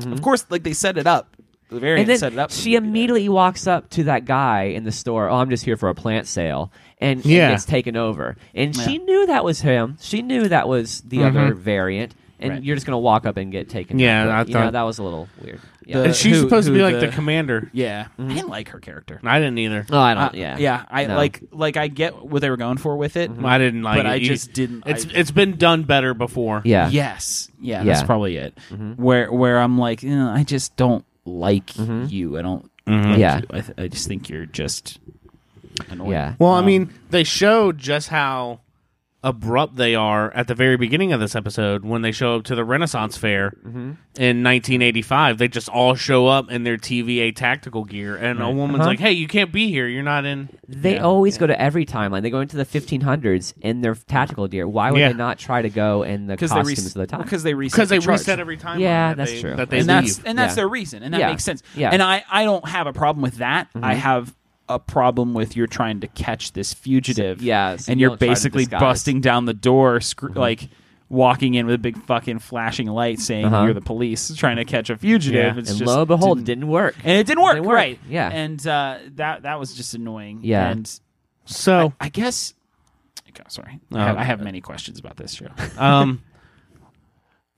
of course, like they set it up the variant
Mm-hmm. and then
set it up.
She immediately walks up to that guy in the store. Oh, I'm just here for a plant sale, and he
Yeah.
gets taken over. And she knew that was him. She knew that was the other variant. And
Right.
you're just gonna walk up and get taken.
Mm-hmm. Yeah,
out.
I
You know,
thought-
that was a little weird. Yeah.
The-
and she's
who-
supposed to
who
be like the,
the-
commander.
yeah, I didn't like her character.
I didn't either.
oh, I don't.
I-
yeah,
yeah. I
Mm-hmm. No. Mm-hmm.
like like I get what they were going for with it.
Mm-hmm. I didn't like
But
it.
I
You-
just didn't-
It's
I-
it's been done better before.
Yeah.
Yes, yeah,
Yeah. Mm-hmm.
that's probably it. Where where I'm like, you know, I just don't like
Mm-hmm.
you. I don't.
Mm-hmm.
like
Yeah.
you. I, th- I just think you're just annoying.
Yeah.
Well, I mean, they showed just how abrupt they are at the very beginning of this episode when they show up to the Renaissance Fair
Mm-hmm.
in 1985. They just all show up in their TVA tactical gear, and a woman's
Uh-huh.
like, "Hey, you can't be here. You're not in."
They always go to every timeline. They go into the 1500s in their tactical gear. Why would
Yeah.
they not try to go in the
because they
costumes
res-
of the time?
because they reset
Because they
the charts.
reset every time.
Yeah,
that
that's
they-
true.
That they
and that's
leave.
and that's
Yeah.
their reason, and that
Yeah.
makes sense.
Yeah. Mm-hmm.
And I I don't have a problem with that. I have a problem with you're trying to catch this fugitive.
So- yeah, so
and
you
you're
don't try to
basically
disguise. Mm-hmm.
busting down the door, scr- like walking in with a big fucking flashing light, saying
Uh-huh.
you're the police, trying to catch a fugitive.
Yeah.
It's
and
just,
lo and behold, it didn't work.
and it didn't work,
Didn't work.
right?
Yeah.
and uh, that that was just annoying.
Yeah.
and
so.
I guess. Okay, sorry, I, have, I have many questions about this show.
Um,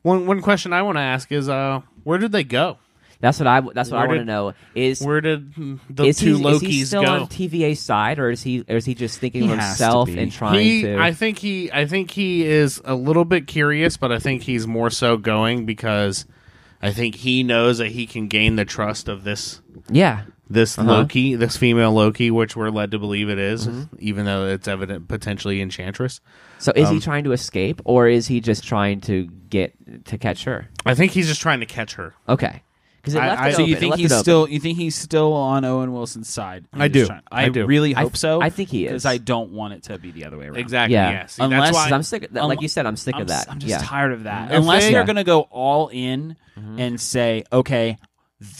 one one question I want to ask is, uh, where did they go?
That's what I. That's what I
Where
want to
did-
know. Is
Where did the
is
two
he,
Lokis
is he still
go?
on TVA side, or is he or is he just thinking
He
of
has to
himself
be.
and trying
he,
to?
I think he, I think he is a little bit curious, but I think he's more so going because I think he knows that he can gain the trust of this
yeah,
this Loki, this female Loki, which we're led to believe it is, even though it's evident potentially Enchantress.
So
Um,
is he trying to escape, or is he just trying to get to catch her?
I think he's just trying to catch her.
Okay, because it
I-
left
I-
it
so
open.
you
It
think
left it
he's
open.
still you think he's still on Owen Wilson's side?
I
He's
do.
trying-
I
I
do.
really
I
hope
th-
so.
I think he is.
because I don't want it to be the other way around.
Exactly.
Yeah.
Yes.
Unless-
that's why.
I'm sick. Of that. Like you said, I'm sick
Um, I'm,
of that.
I'm just
yeah. Mm-hmm.
tired of that.
If
Unless
they-
they, are
Mm-hmm. Yeah.
going to go all in and say, okay,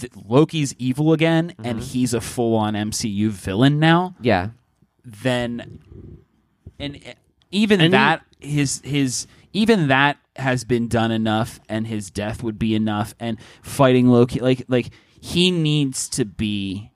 th- Loki's evil again, and
Mm-hmm.
he's a full on MCU villain now,
Yeah.
then, and uh, even
And he-
that his his even that has been done enough, and his death would be enough, and fighting Loki like like he needs to be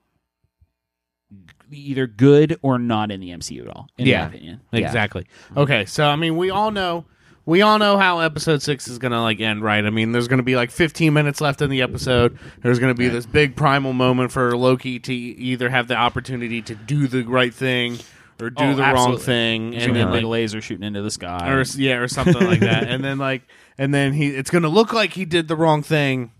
either good or not in the MCU at all. In
Yeah.
my opinion.
Yeah.
Exactly. Okay, so I mean, we all know, we all know how episode six is gonna like end, right? I mean, there's gonna be like 15 minutes left in the episode. There's gonna be this big primal moment for Loki to e, either have the opportunity to do the right thing or do
Oh,
the wrong
absolutely.
thing,
And then
and then
like
like,
laser shooting into the sky.
or yeah, or something like that, and then like, and then he, it's gonna look like he did the wrong thing.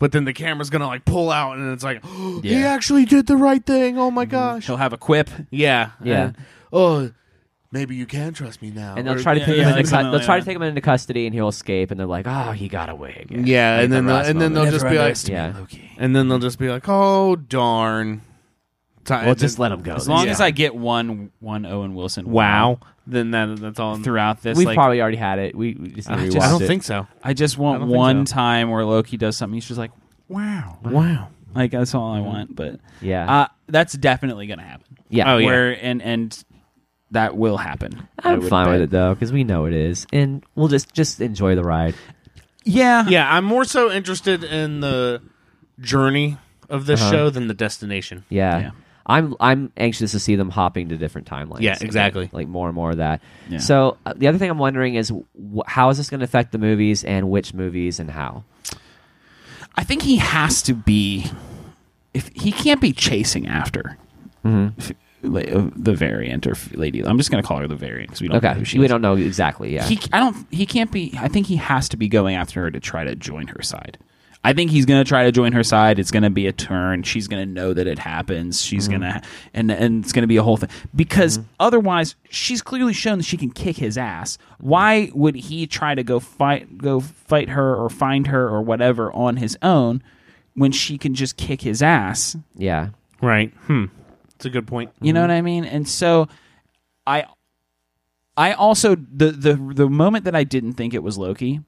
But then the camera's gonna like pull out, and it's like, he
Yeah. Mm-hmm.
actually did the right thing. Oh my gosh!
He'll have a quip.
Yeah,
Yeah.
And, oh, maybe you can trust me now.
And they'll
or-
try to
yeah,
take
yeah,
him. Into
something
cu- they'll
like
try to
that.
take him into custody, and he'll escape. And they're like, "Oh, he got away again."
Yeah,
Like
and
the
then they'll,
Ross
and then they'll
moment.
just be like,
Yeah.
Loki.
and then they'll just be like, oh darn. Ti-
Well, just let him go.
As long
Yeah.
as I get one one Owen Wilson
Wow. Then that that's all.
throughout this,
We've
like,
probably already had it. We, we just need to
I,
rewatch
just- I don't
it.
think so.
I just
I
want
don't think
one
so.
time where Loki does something. He's just like, wow,
Wow.
like that's all I want. But
Yeah.
uh, that's definitely gonna happen.
yeah.
Oh, yeah.
Where and and that will happen. I
I'm
would
fine with
bet.
it though, because we know it is, and we'll just just enjoy the ride.
Yeah,
Yeah, I'm more so interested in the journey of this
Uh-huh.
show than the destination.
Yeah.
Yeah.
I'm I'm anxious to see them hopping to different timelines.
Yeah,
again,
exactly.
Like more and more of that.
Yeah.
So uh, the other thing I'm wondering is wh- how is this going to affect the movies and which movies and how?
I think he has to be. If he can't be chasing after
Mm-hmm.
f- la- uh, the variant or f- lady, I'm just gonna call her the variant because we don't know
Okay,
who she
we
is.
don't know exactly. Yeah,
he I don't he can't be I think he has to be going after her to try to join her side. I think he's going to try to join her side. It's going to be a turn. She's going to know that it happens. She's going to and and it's going to be a whole thing because otherwise she's clearly shown that she can kick his ass. Why would he try to go fight go fight her or find her or whatever on his own when she can just kick his ass?
yeah,
Right. Hmm. It's a good point.
You know what I mean? And so I I also the the the moment that I didn't think it was Loki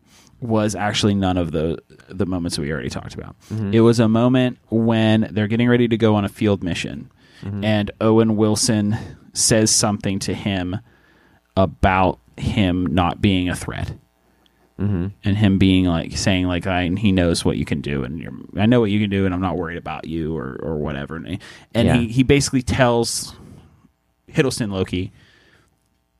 was actually none of the the moments we already talked about. It was a moment when they're getting ready to go on a field mission and Owen Wilson says something to him about him not being a threat. and him being like saying like I and he knows what you can do and you're, I know what you can do and I'm not worried about you or or whatever and, he- and
Yeah.
he he basically tells Hiddleston Loki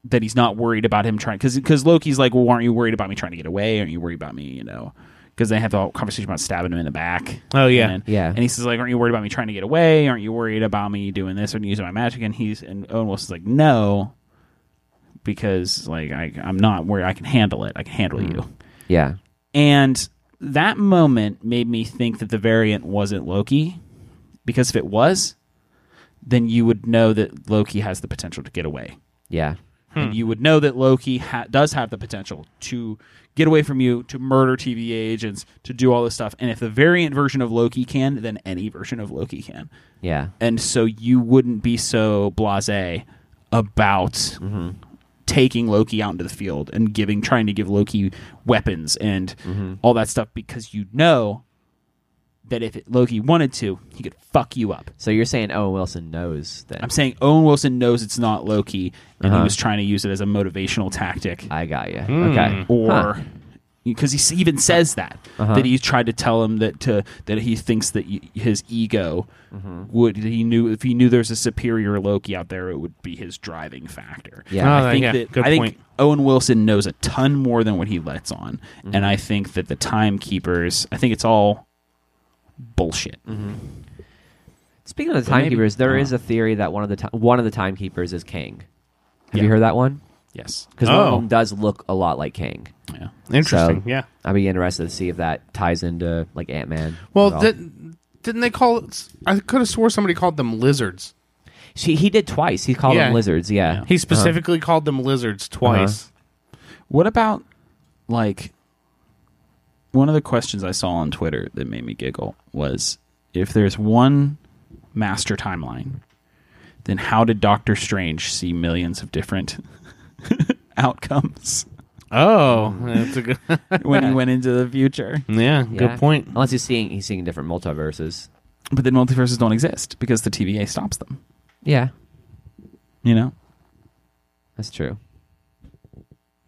that he's not worried about him trying because because Loki's like well aren't you worried about me trying to get away aren't you worried about me you know because they have the whole conversation about stabbing him in the back
Oh, yeah.
and,
Yeah.
and he says like aren't you worried about me trying to get away aren't you worried about me doing this and using my magic and he's and Owen Wilson's like no because like I I'm not worried I can handle it I can handle you
Yeah.
and that moment made me think that the variant wasn't Loki, because if it was, then you would know that Loki has the potential to get away.
Yeah.
And you would know that Loki ha- does have the potential to get away from you, to murder TVA agents, to do all this stuff. And if the variant version of Loki can, then any version of Loki can.
Yeah.
And so you wouldn't be so blase about taking Loki out into the field and giving trying to give Loki weapons and all that stuff because you know that if it, Loki wanted to, he could fuck you up.
So you're saying Owen Wilson knows that?
I'm saying Owen Wilson knows it's not Loki and he was trying to use it as a motivational tactic
I got you.
Hmm.
Okay. Huh. uh-huh.
or because he even says that that he tried to tell him that to that he thinks that y his ego
Mm-hmm.
would that he knew if he knew there's a superior Loki out there it would be his driving factor.
Yeah.
Oh,
I think
yeah.
that
Good
I think
point.
Owen Wilson knows a ton more than what he lets on,
Mm-hmm.
and I think that the timekeepers. I think it's all bullshit.
Mm-hmm. Speaking of the
But maybe-
timekeepers, there
uh-huh.
is a theory that one of the ti- one of the timekeepers is Kang. Have you
Yeah.
heard that one?
Yes.
Because one of
Oh.
them does look a lot like Kang.
Yeah.
Interesting.
So-
yeah.
I'd be interested to see if that ties into like Ant Man.
Well, did, didn't they call? I could have swore somebody called them lizards.
she, he did twice. He called
Yeah.
them lizards. Yeah.
He specifically called them lizards twice.
What about like one of the questions I saw on Twitter that made me giggle was if there's one master timeline, then how did Doctor Strange see millions of different outcomes
Oh, that's a good.
when he went into the future?
yeah,
Yeah.
good point.
Unless he's seeing he's seeing different multiverses.
But then multiverses don't exist because the TVA stops them.
Yeah,
You know?
that's true.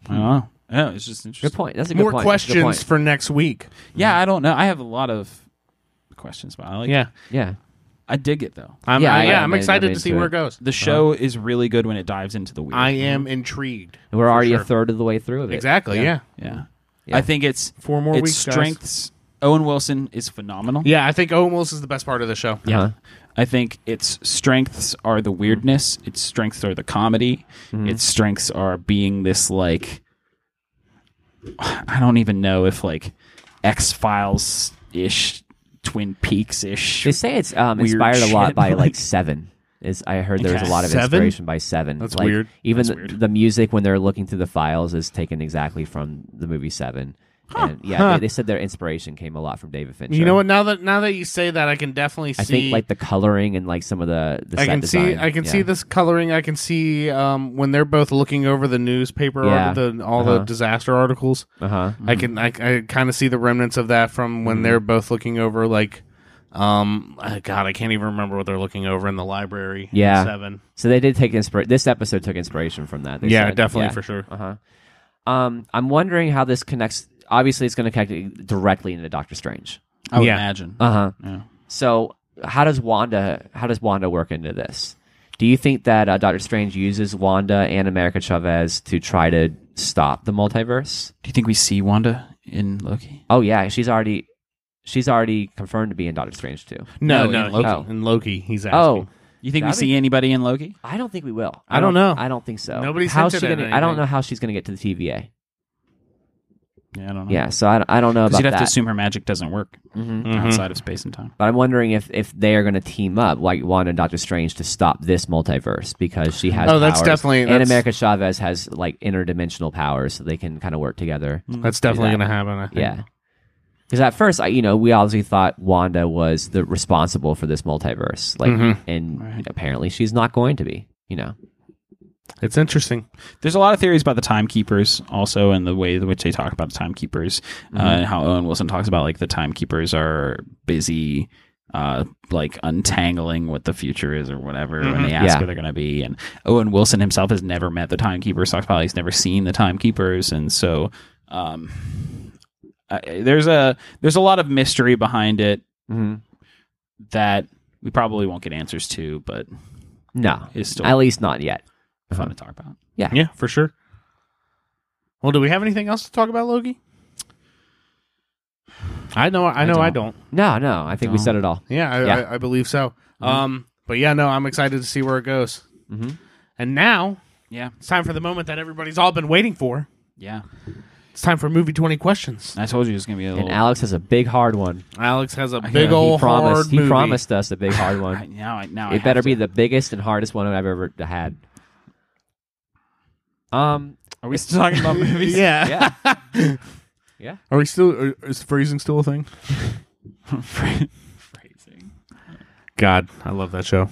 I don't know. Oh, it's just interesting.
Good point. That's a good
More
point. That's a good
questions
point.
for next week.
Yeah, I don't know. I have a lot of questions, but I like
Yeah,
Yeah.
I dig it though.
I'm,
Yeah,
yeah,
I-
yeah,
I'm
I'm
in-
excited
I'm
to see
into
where
it.
it goes.
The show is really good when it dives into the weird.
I am intrigued.
And we're already a
sure.
third of the way through of it.
Exactly. Yeah. yeah.
Yeah.
Yeah.
I think it's
Four more
its
weeks, guys.
strengths. Owen Wilson is phenomenal.
I think Owen Wilson is the best part of the show.
Yeah. Uh-huh.
I think its strengths are the weirdness,
Mm-hmm.
its strengths are the comedy, its strengths are being this like I don't even know if like X Files ish, Twin Peaks ish.
They say it's um,
Weird
inspired a lot
shit,
by like
like-
Seven. Is I heard there was
Okay.
a lot of
Seven?
inspiration by Seven.
That's
Like,
weird.
Even the,
weird.
the music when they're looking through the files is taken exactly from the movie Seven. And yeah,
Huh.
they, they said their inspiration came a lot from David Fincher.
You know what? Now that now that you say that, I can definitely see.
I think like the coloring and like some of the, the
I
set
can
design.
see. I can
Yeah.
see this coloring. I can see um, when they're both looking over the newspaper,
Yeah.
or the, all
Uh-huh.
the disaster articles.
Uh-huh. Mm-hmm.
I can I, I kind of see the remnants of that from when they're both looking over like um uh, god I can't even remember what they're looking over in the library. in
Yeah.
7.
So they did take inspiration. This episode took inspiration from that. they
Yeah,
said.
definitely
Yeah. Uh-huh.
for sure.
Um, I'm wondering how this connects. Obviously, it's going to connect directly into Doctor Strange.
I would
Yeah.
imagine.
Uh huh.
Yeah.
So how does Wanda? How does Wanda work into this? Do you think that uh, Doctor Strange uses Wanda and America Chavez to try to stop the multiverse?
Do you think we see Wanda in Loki?
Oh yeah, she's already she's already confirmed to be in Doctor Strange too.
No,
No,
no,
in
Loki.
Loki.
In Loki, he's asking.
Oh,
You think
That'd
we see anybody in Loki?
I don't think we will.
I don't know.
I don't think so.
Nobody's
How's she
hinted at
gonna? I don't
anything.
know how she's gonna get to the TVA.
Yeah, I don't know.
Yeah, so I, don't- I don't know
Because
about
you'd have
that.
to assume her magic doesn't work
Mm-hmm.
Mhm.
outside of space and time.
But I'm wondering if, if they are going to team up, like Wanda and Doctor Strange, to stop this multiverse because she has.
Oh, that's
powers,
definitely-
And
that's-
America Chavez has like interdimensional powers, so they can kind of work together.
That's definitely
that.
going to happen. I think.
Yeah. Because at first, I, you know, we obviously thought Wanda was the responsible for this multiverse, like,
Mm-hmm.
and
Right.
apparently she's not going to be. You know.
It's interesting.
There's a lot of theories about the timekeepers, also, and the way in which they talk about the timekeepers, uh,
Mm-hmm.
and how Owen Wilson talks about like the timekeepers are busy, uh, like untangling what the future is or whatever when they ask
Mm-hmm. Yeah.
where they're going to be. And Owen Wilson himself has never met the timekeepers. Talks about he's never seen the timekeepers, and so Um, I, there's a there's a lot of mystery behind it
Mm-hmm.
that we probably won't get answers to, but
No,
it's still
at least not yet.
fun to talk about.
Yeah, for sure. Well, do we have anything else to talk about, Loki? I know, I know, I don't.
No, no. I think we said it all.
Yeah, I,
Yeah.
I, I believe so. Um, but yeah, no, I'm excited to see where it goes.
Mhm.
And now
Yeah,
it's time for the moment that everybody's all been waiting for.
yeah.
It's time for movie twenty questions.
I told you it was gonna be a
And
little.
Alex has a big hard one.
Alex has a
I
big
know.
old
he promised.
hard
he
movie.
promised us a big hard
I,
one.
now, I, now I
it better
have
be
to-
the biggest and hardest one I've ever had. Um.
Are we still talking about movies?
Yeah.
Yeah.
Are we still? Are, is phrasing still a thing?
Phrasing.
God, I love that show.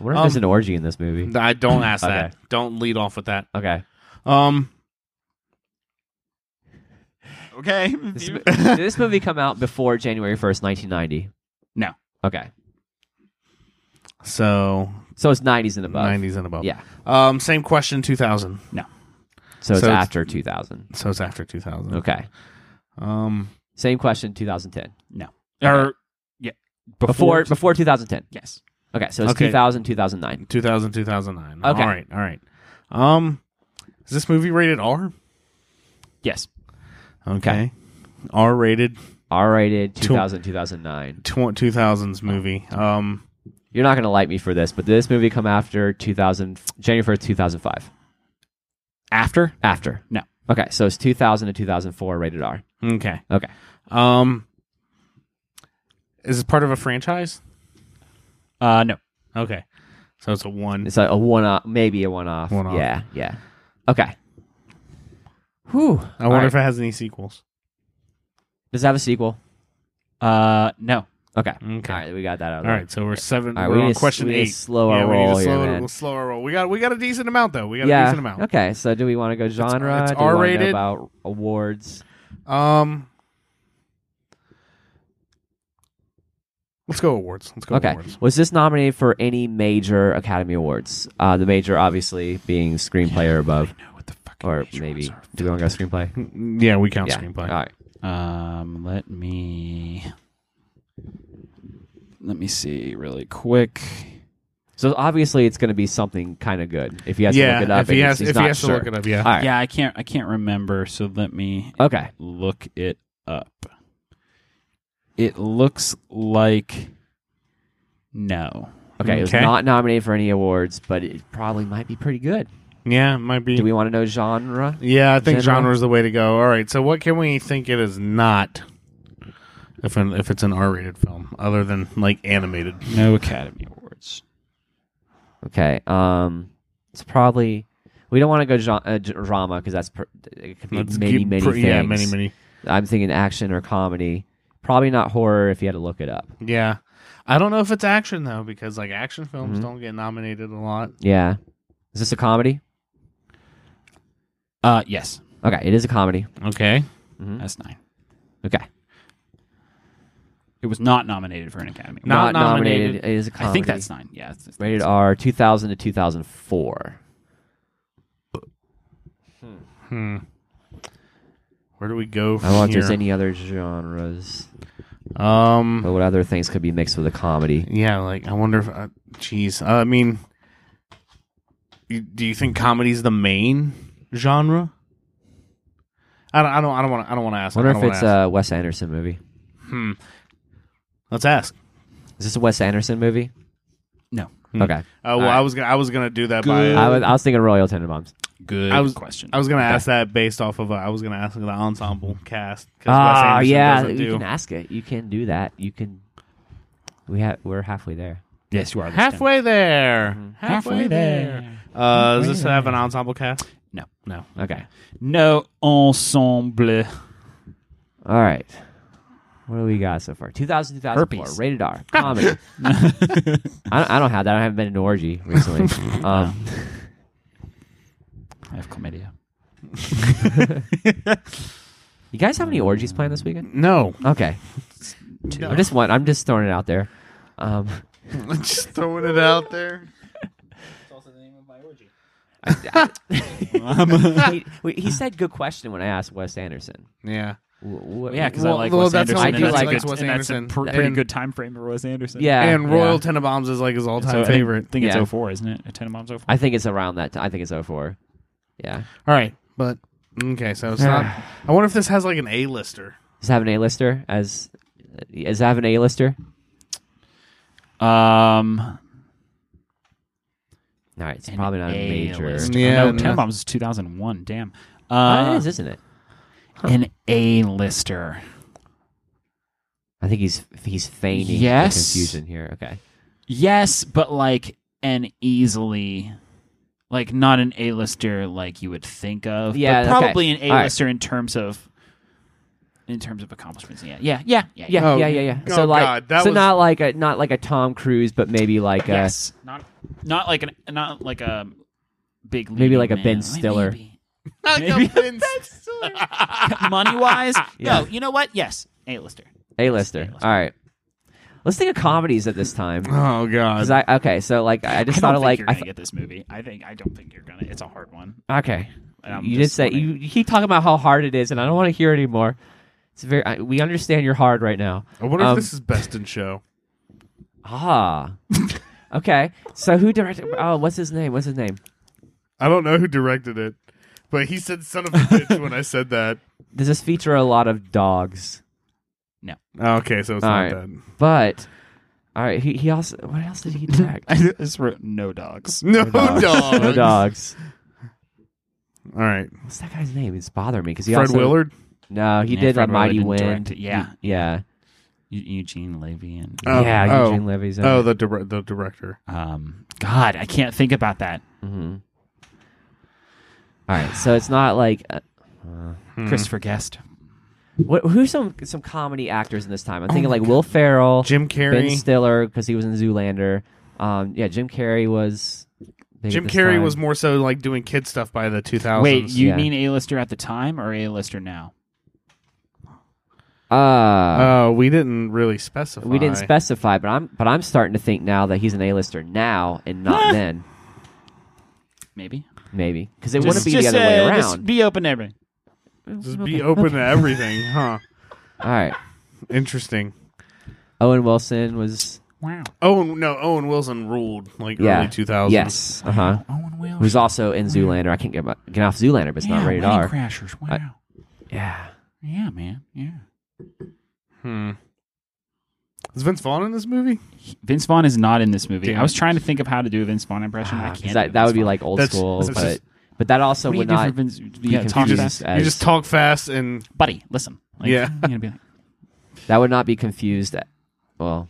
I wonder if there's an orgy in this movie.
I don't ask
Okay.
that. Don't lead off with that.
Okay.
Um,
Okay.
This, mo- did this movie come out before January 1st, 1990?
No.
Okay.
so
So it's 90s and above.
nineties and above.
Yeah.
Um, same question, two thousand.
So it's
So it's-
after 2000.
So it's after two thousand.
Okay.
Um,
Same question, 2010.
or yeah,
Before before 2010.
yes.
Okay, so it's
Okay.
2000, 2009.
2000, 2009.
Okay.
All right. All right. Um, is this movie rated R?
Yes.
Okay.
R rated
R-rated,
Two-
2000, 2009.
tw- 2000s movie. Um,
You're not going to like me for this, but did this movie come after 2000, January 1st, 2005?
After?
After.
No.
Okay, so it's 2000 to 2004 rated R.
okay.
Okay.
Um, is this part of a franchise?
Uh no.
Okay. So it's a one.
It's a, a one-off, maybe a one-off.
One-off.
Yeah, yeah. Okay. Whew.
I wonder if it has any sequels.
Does it have a sequel?
Uh no.
Okay.
Mm, Okay.
All right, we got that out of
All
the way.
right. So we're seven.
All right,
we're
we
on
need to-
question
we need
eight.
to slow our
yeah, we
roll
need to
here,
slow,
man.
slow our roll. We got we got a decent amount though. We got a
yeah.
decent amount.
Okay, so do we want to go genre?
it's
Do we wanna know
R-rated.
about awards.
Um, let's go awards. Let's go
Okay.
awards.
Was this nominated for any major Academy Awards? Uh, the major, obviously, being screenplay or above,
No, what the fuck?
or maybe do we want to go screenplay?
Yeah, we count
yeah.
screenplay.
All right.
Um let me let me see really quick.
So obviously, it's going to be something kind of good. If he has to
yeah,
look it up,
if he
and
has,
he's
if
not
he has
sure.
to look it up, yeah.
All right.
Yeah, I can't I can't remember, so let me
Okay.
look it up. It looks like no.
Okay. It was
Okay.
not nominated for any awards, but it probably might be pretty good.
Yeah, it might be.
Do we want to know genre?
yeah, I think
General?
genre is the way to go. All right, so what can we think it is not? If an, if it's an R-rated film, other than like animated,
No Academy Awards.
Okay. Um, it's probably we don't want to go gen- uh, g- drama because that's pr- it could be
Let's
many
keep
many
pr-
things.
Yeah, many many.
I'm thinking action or comedy. Probably not horror if you had to look it up.
Yeah, I don't know if it's action though, because like action films
Mm-hmm.
don't get nominated a lot.
Yeah. Is this a comedy?
Uh yes.
Okay, it is a comedy.
Okay, Hmm?
That's nine.
Okay.
It was not nominated for an Academy. Award.
Not nominated.
It is a comedy.
I think that's nine. Yeah, it's, it's-
rated R 2000 to 2004.
where do we go? From
I don't know if there's
here?
any other genres.
Um,
But what other things could be mixed with a comedy?
Yeah, like I wonder if, uh, geez, uh, I mean, you, do you think comedy's the main genre? I don't, I don't, I don't want, I don't want to ask.
I wonder
I
if
don't wanna
it's uh,
ask.
a Wes Anderson movie.
Let's ask. Uh,
Is this a Wes Anderson movie?
no.
Okay.
Uh, well, I was gonna, I was gonna do that
Good.
by. uh,
I was, I was thinking Royal Tenenbaums.
Good
I was
question.
I was gonna ask that based off of. Uh, I was gonna ask the ensemble cast. 'cause Wes
Ah,
Anderson
yeah,
doesn't
you
do-
can ask it. You can do that. You can. We ha- we're halfway there.
yes, you are this time.
halfway there. Halfway there. Uh, does this have an ensemble cast?
No,
No.
Okay.
no ensemble.
All right. What do we got so far? 2000, 2004,
Herpes.
rated R, comedy. I, don't, I don't have that. I haven't been in an orgy recently. Um,
I have chlamydia.
you guys have any orgies planned this weekend?
No.
Okay,
No.
I'm just one. I'm just throwing it out there. Um,
just throwing it out there.
he, we- he said good question when I asked Wes Anderson.
Yeah.
Wh- wh-
Yeah, because
Well,
I like
well,
Wes
that's
Anderson.
not-
and
I do
that's a
like
good-
Wes
and
Anderson.
That's a pr-
That-
pretty
and-
good time frame for Wes Anderson.
yeah,
and
yeah.
Royal Tenenbaums is like his all
So
time favorite.
I think it's
Yeah.
04, isn't it? Tenenbaums 04.
I think it's around that. T- I think it's 04. Yeah,
All right, but okay, so it's not. I wonder if this has like an A lister.
does it have an A-lister as is have an A-lister?
Um,
All right, it's probably not a major.
list.
Yeah,
no,
no.
Tenenbaums is 2001. Damn.
Oh, it
Uh,
is, isn't it?
an A lister.
I think he's he's feigning the
Yes.
confusion here. Okay,
Oh,
Yes, but like an easily, like not an A lister like you would think of.
Yeah,
but
okay.
probably an
All right.
A lister in terms of, in terms of accomplishments. Yeah, yeah, yeah, yeah.
yeah,
Oh,
yeah, yeah, yeah.
oh
so like,
God, that
so
was-
not like a not like a Tom Cruise, but maybe like a
Yes, not not like an not like a big
Maybe like
leading
a Ben
man.
Stiller.
Maybe.
Maybe.
money wise.
Yeah.
No, you know what? Yes, A lister.
A-lister.
A-lister.
All right, let's think of comedies at this time.
oh
'Cause
god.
I, okay, so like I just thought of like
you're
I
gonna get this movie. I think I don't think you're gonna. It's a hard one.
Okay.
And I'm
you did
just
say
wondering-
you, you keep talking about how hard it is, and I don't want to hear anymore. It's very. I, we understand you're hard right now.
I wonder
Um,
if this is best in show.
Ah. okay. So who directed? Oh, what's his name? What's his name?
I don't know who directed it, but he said "son of a bitch" when I said that.
Does this feature a lot of dogs?
Oh, Okay, so it's
All
not
right.
bad.
But all right. He, he also. What else did he direct?
I just wrote no dogs.
No
dogs.
dogs.
no dogs.
All right,
What's that guy's name? It's bothering me because he
Fred
also.
Willard.
No, he
Yeah,
did
Fred
a Mighty
Willard didn't
Wind.
direct it. Yeah.
Yeah.
Eu- E-, Eugene Levy and
Oh,
yeah.
oh.
Eugene Levy's. in
Oh,
it.
the dir- the director.
um God, I can't think about that.
Mhm. All right. So it's not like. uh,
Christopher Guest.
Mm-hmm. What, who's some some comedy actors in this time?
Oh
I'm thinking like Will Ferrell,
Jim
Ben
Carrey.
Stiller because he was in Zoolander. Um, yeah, Jim Carrey was. big at
Jim
this
Carrey
time.
was more so like doing kid stuff by the 2000s.
Wait, you
Yeah.
mean A lister at the time or A lister now?
Uh,
Oh, we didn't really specify.
we didn't specify, but I'm but I'm starting to think now that he's an A-lister now and not then,
Maybe.
maybe because it
Just-
wouldn't be
just,
the other way
uh,
around.
Just be open to everything.
Just be open to everything, huh?
All right,
Interesting.
Owen Wilson was
Wow.
Owen, no, Owen Wilson ruled like
yeah
early 2000s.
Yes, uh huh.
Owen Wilson.
Who's also in Zoolander? I can't get, my- get off Zoolander, but it's
yeah,
not rated
Wedding
R.
Crashers. Wow.
I- Yeah,
yeah, man. Yeah.
Hmm. Is Vince Vaughn in this movie?
Vince Vaughn is not in this movie.
Damn.
I was trying to think of how to do a Vince Vaughn impression. I
Ah, 'cause
can't. do
that, that would
Vince
be
Vaughn.
like old
That's-
school,
that's
but
just-
but that also
What do you
would
do for
not
Vince?
be
Yeah, talk
confused
fast.
as-
you just talk fast and
buddy. Listen. Like,
Yeah.
I'm gonna be like, uh,
That would not be confused. At, well,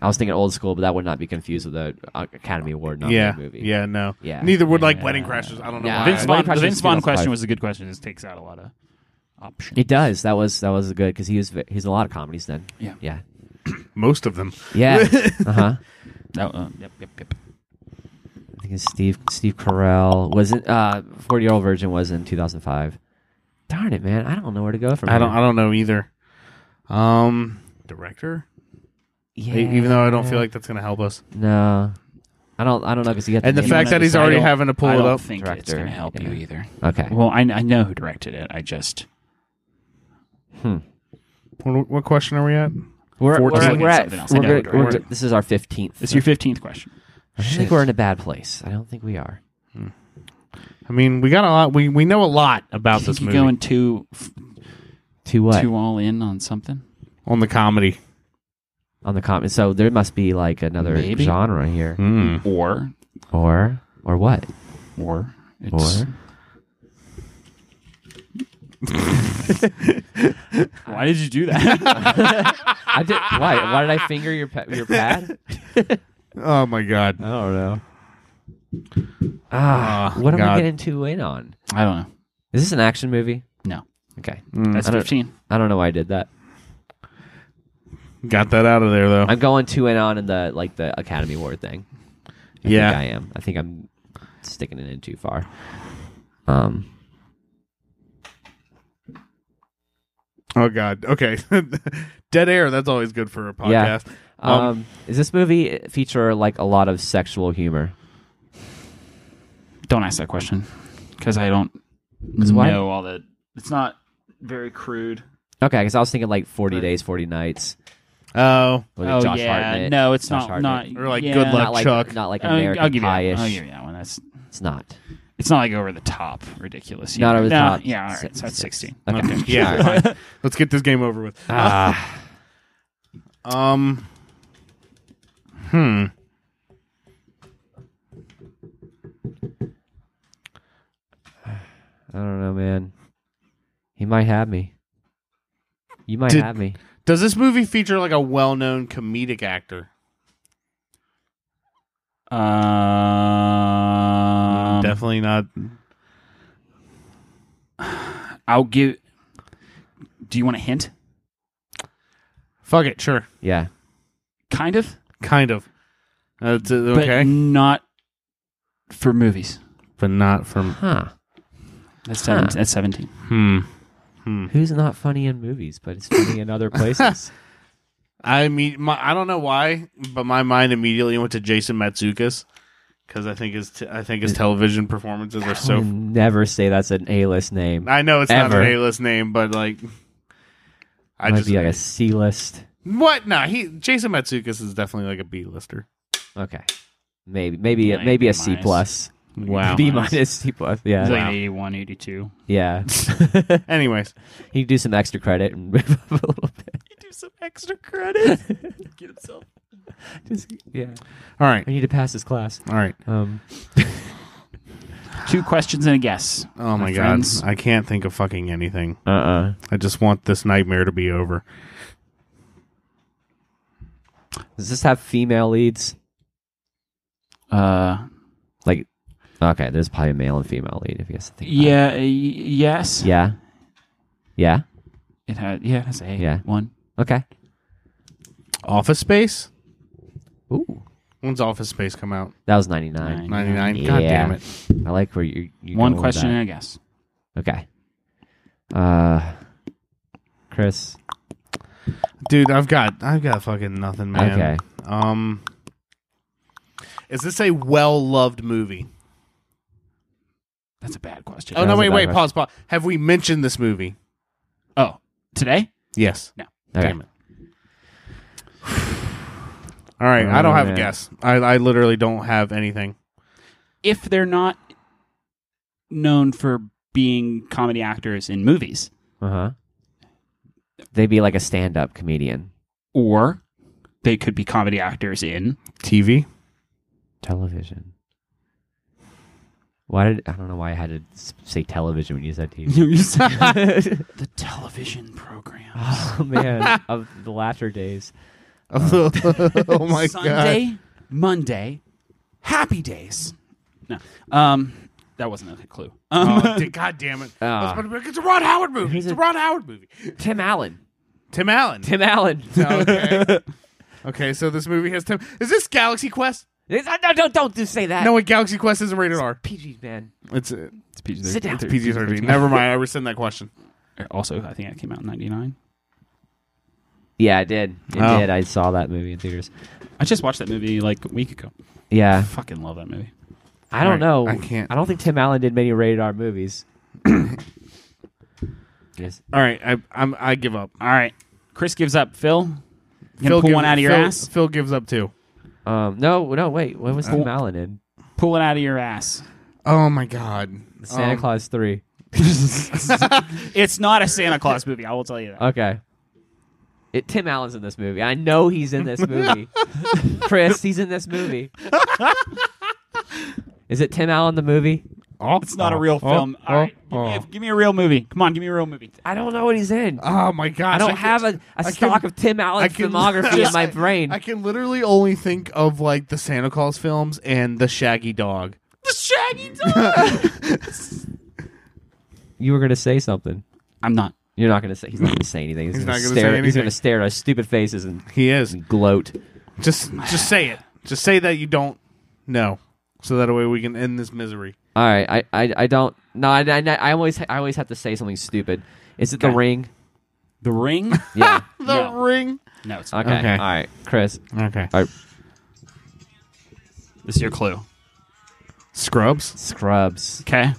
I was thinking old school, but that would not be confused with the uh, Academy Award nominated
yeah,
movie.
yeah, no,
Yeah.
Neither would like
Yeah.
Wedding Crashers. I don't know
Yeah.
why.
Vince Vaughn.
Crashers
The Vince Vaughn
feels like-
question was a good question. This takes out a lot of options.
it does. That was that was good because he was he's in a lot of comedies then.
Yeah.
yeah,
Most of them.
yeah. uh huh.
No, uh, yep, yep, yep.
I think it's Steve Steve Carell was in uh, Forty Year Old Virgin was in two thousand five. Darn it, man! I don't know where to go from.
I don't. I
here.
don't know either. Um, director.
Yeah.
E- Even though I don't feel like that's gonna help us.
no, I don't. I don't know because he got
And the
name
fact
right
that he's
beside
already
it.
having to pull
I
it
don't
up.
think it's
Director,
going to help you
yeah.
either.
Okay.
Well, I, I know who directed it. I just
What, what question are we at?
We're, we're,
14.
at- we're at.
Something else. I
We're,
know,
good- we're
right.
good- this is our fifteenth.
it's your fifteenth question.
I don't think we're in a bad place. I don't think we are.
I mean, we got a lot. We we know a lot about
Think
this
you're
movie
going two f-
To what?
two all in on something?
on the comedy.
on the comment. So there must be like another
Maybe.
genre here,
Or
or or what?
Mm-hmm. or it's,
Or
Why did you do that?
I did. Why? Why did I finger your pa- your pad?
Oh my god.
I don't know. Ah, what am
God.
I getting too in on?
I don't know.
Is this an action movie?
No, Mm,
Okay,
that's
I don't-
fifteen.
I don't know why I did that.
Got that out of there though.
I'm going too in on in the like the Academy Award thing. I
yeah.
think I am. I think I'm sticking it in too far. Um,
Oh God. Okay. Dead air. That's always good for a
Yeah.
podcast.
um,
Um,
is this movie feature like a lot of sexual humor?
Don't ask that question because I don't
why-
know all that. It's not very crude.
Okay, because I was thinking like forty days, forty nights.
Oh,
With
Oh
Josh
yeah,
Hartnett.
no, it's
Josh
not.
Hartnett.
Not
Or, like,
yeah.
good luck.
not like
Chuck.
not like
I'll-
American
I'll give you. That.
Pie-ish.
I'll give you that one. That's
It's not.
it's not like over the top ridiculous.
Not
either.
over the
No,
top.
Yeah, all right.
Six-
So that's
six.
sixteen.
Okay.
yeah.
All right.
fine. Let's get this game over with.
Ah,
Um.
I don't know, man. He might have me. You might
Did-
have me.
Does this movie feature like a well-known comedic actor?
Um,
Definitely not.
I'll give. Do you want a hint?
Fuck it, sure,
Yeah.
Kind of,
kind of. That's, uh,
but
okay,
not for movies.
but not from.
Huh.
That's
Huh.
seventeen. That's seventeen.
Hmm.
Who's not funny in movies, but is funny in other places?
I mean, my, I don't know why, but my mind immediately went to Jason Matsukas because I think his t- I think his television performances are
So
so.
never say that's an A-list name.
I know it's not
Ever.
an A-list name, but like, I
Might
just
be like a C-list.
what? Nah, he Jason Matsukas is definitely like a B-lister.
Okay. Maybe maybe
Like
maybe
B
a C
minus.
plus.
Wow.
B minus C plus. Yeah.
It's like 81, 82.
yeah.
Anyways,
he do some extra credit and move up a little bit.
Do some extra credit.
Just, yeah.
all right,
I need to pass this class.
all right.
Um
Two questions and a guess.
Oh my,
My
god,
friends.
I can't think of fucking anything.
uh uh
I just want this nightmare to be over.
Does this have female leads?
Uh,
Like okay, there's probably a male and female lead if you guys think about it.
yeah, uh, y- yes.
Yeah. Yeah.
It had. Yeah, that's a
Yeah.
one.
Okay.
Office Space.
Ooh.
When's Office Space come out?
That was 99.
Nine.
Ninety nine. God
Yeah.
damn it.
I like where you you going
one
with
question
that.
and a guess.
Okay. Uh, Chris.
dude i've got i've got fucking nothing man
Okay.
um is this a well-loved movie
That's a bad question.
oh
That
no
was a
wait
bad
wait
question.
pause pause have we mentioned this movie
Oh, today?
yes
Okay.
damn it all right i
Oh,
don't have
man.
a guess I, I literally don't have anything
If they're not known for being comedy actors in movies
Uh huh. They'd be like a stand-up comedian.
or they could be comedy actors in
tv
Television. Why did I don't know why I had to s- say television when you said TV.
the television program.
oh man, of the latter days.
oh my god
Sunday, Monday, Happy Days. No, um, that wasn't a clue. Um,
oh, di- god damn it
Ah.
That's what- it's a ron howard movie
He's
it's a
a-
ron howard movie
Tim Allen.
tim allen
Tim Allen.
okay okay so this movie has tim is this galaxy quest
no, no, don't don't do say that.
no wait galaxy quest isn't rated r
PG man.
it's uh,
Sit down.
PG thirteen. Never mind. I rescind that question.
also, I think that came out in '99.
Yeah, I did. It
Oh.
did. I saw that movie in theaters.
I just watched that movie like a week ago.
Yeah.
Fucking love that movie.
I don't
Right.
know.
I can't-
I don't think Tim Allen did many rated R movies. yes.
All right, I I'm, I give up.
All right, Chris gives up. Phil, you gonna
Phil
pull
give-
one out of your
Phil-
ass.
Phil gives up too.
Um. No. No. Wait. When was Tim Allen in
Pull it out of your ass.
Oh my god.
Santa
Um,
Claus Three?
It's not a Santa Claus movie. I will tell you that.
Uh,
Okay. It, Tim Allen's in this movie. I know he's in this movie. Chris, he's in this movie. Is it Tim Allen the movie?
Oh,
It's not a
oh,
real
oh,
film. All right,
oh,
give,
oh.
me a, give me a real movie. Come on, give me a real movie.
I don't know what he's in.
Oh my god.
I don't have a, a stock of Tim Allen's filmography in my brain.
I can literally only think of like the Santa Claus films and the Shaggy Dog.
The Shaggy Dog.
you were gonna say something.
I'm not.
You're not gonna say. He's not gonna say anything. He's,
He's
gonna
not gonna
stare.
say
He's gonna
anything.
stare at our stupid faces and
He is.
gloat.
Just just say it. Just say that you don't know, so that way we can end this misery.
All right, I, I, I don't. No, I, I, I always, I always have to say something stupid. Is it the
Okay.
ring?
The Ring.
Yeah.
The
No.
ring.
no, it's not.
Okay.
Okay.
All right, Chris.
Okay.
All right.
This is your clue.
Scrubs.
Scrubs.
Okay.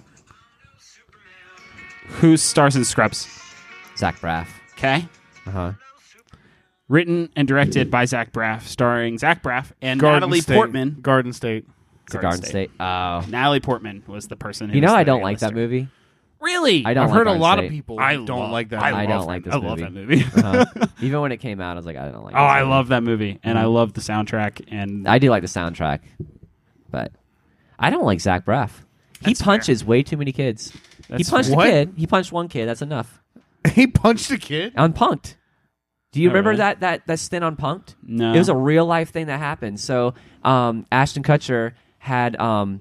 Who stars in Scrubs?
Zach Braff.
Okay.
Uh
Uh-huh.
huh.
Written and directed by Zach Braff, starring Zach Braff and
Garden
Natalie
State.
Portman.
Garden State.
It's a Garden State. Oh.
Natalie Portman was the person. Who
You know
was
I
the
don't like that
A-lister.
movie.
Really?
I don't
I've
like
heard a
Garden
lot
State.
of people
I
don't
love-
like that.
I,
I
love
don't like
that-
this
I love
movie.
that movie.
Uh-huh. Even when it came out, I was like, I don't like. this
oh, I
movie.
love that movie, and I
Mm-hmm.
love the soundtrack. And
I do like the soundtrack, but I don't like Zach Braff. He punches way too many kids.
That's
he punched
fair.
a kid. He punched one kid. That's enough.
he punched a kid.
On Punked. Do you
Oh,
remember
really?
that, that that stint on Punked?
No.
It was a real life thing that happened. So um, Ashton Kutcher had um,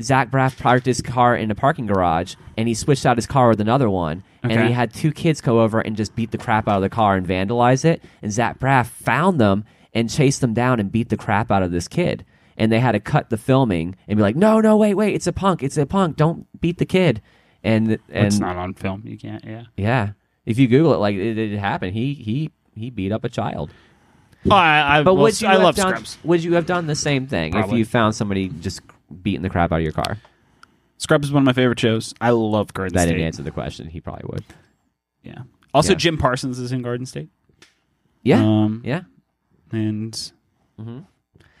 Zach Braff parked his car in a parking garage, and he switched out his car with another one.
Okay.
And he had two kids go over and just beat the crap out of the car and vandalize it. And Zach Braff found them and chased them down and beat the crap out of this kid. And they had to cut the filming and be like, "No, no, wait, wait! It's a punk! It's a punk! Don't beat the kid!" And and
it's not on film. You can't. Yeah.
yeah, if you Google it, like it, it happened. He he he beat up a child.
Oh, I, I,
But
will
would
s-
you
I
have
love
done,
Scrubs.
Would you have done the same thing
Probably.
if you found somebody just beating the crap out of your car?
Scrubs is one of my favorite shows. I love Garden
That
State.
didn't answer the question. He probably would.
Yeah. Also,
Yeah.
Jim Parsons is in Garden State,
Yeah,
Um,
yeah.
and it took you
Mm-hmm.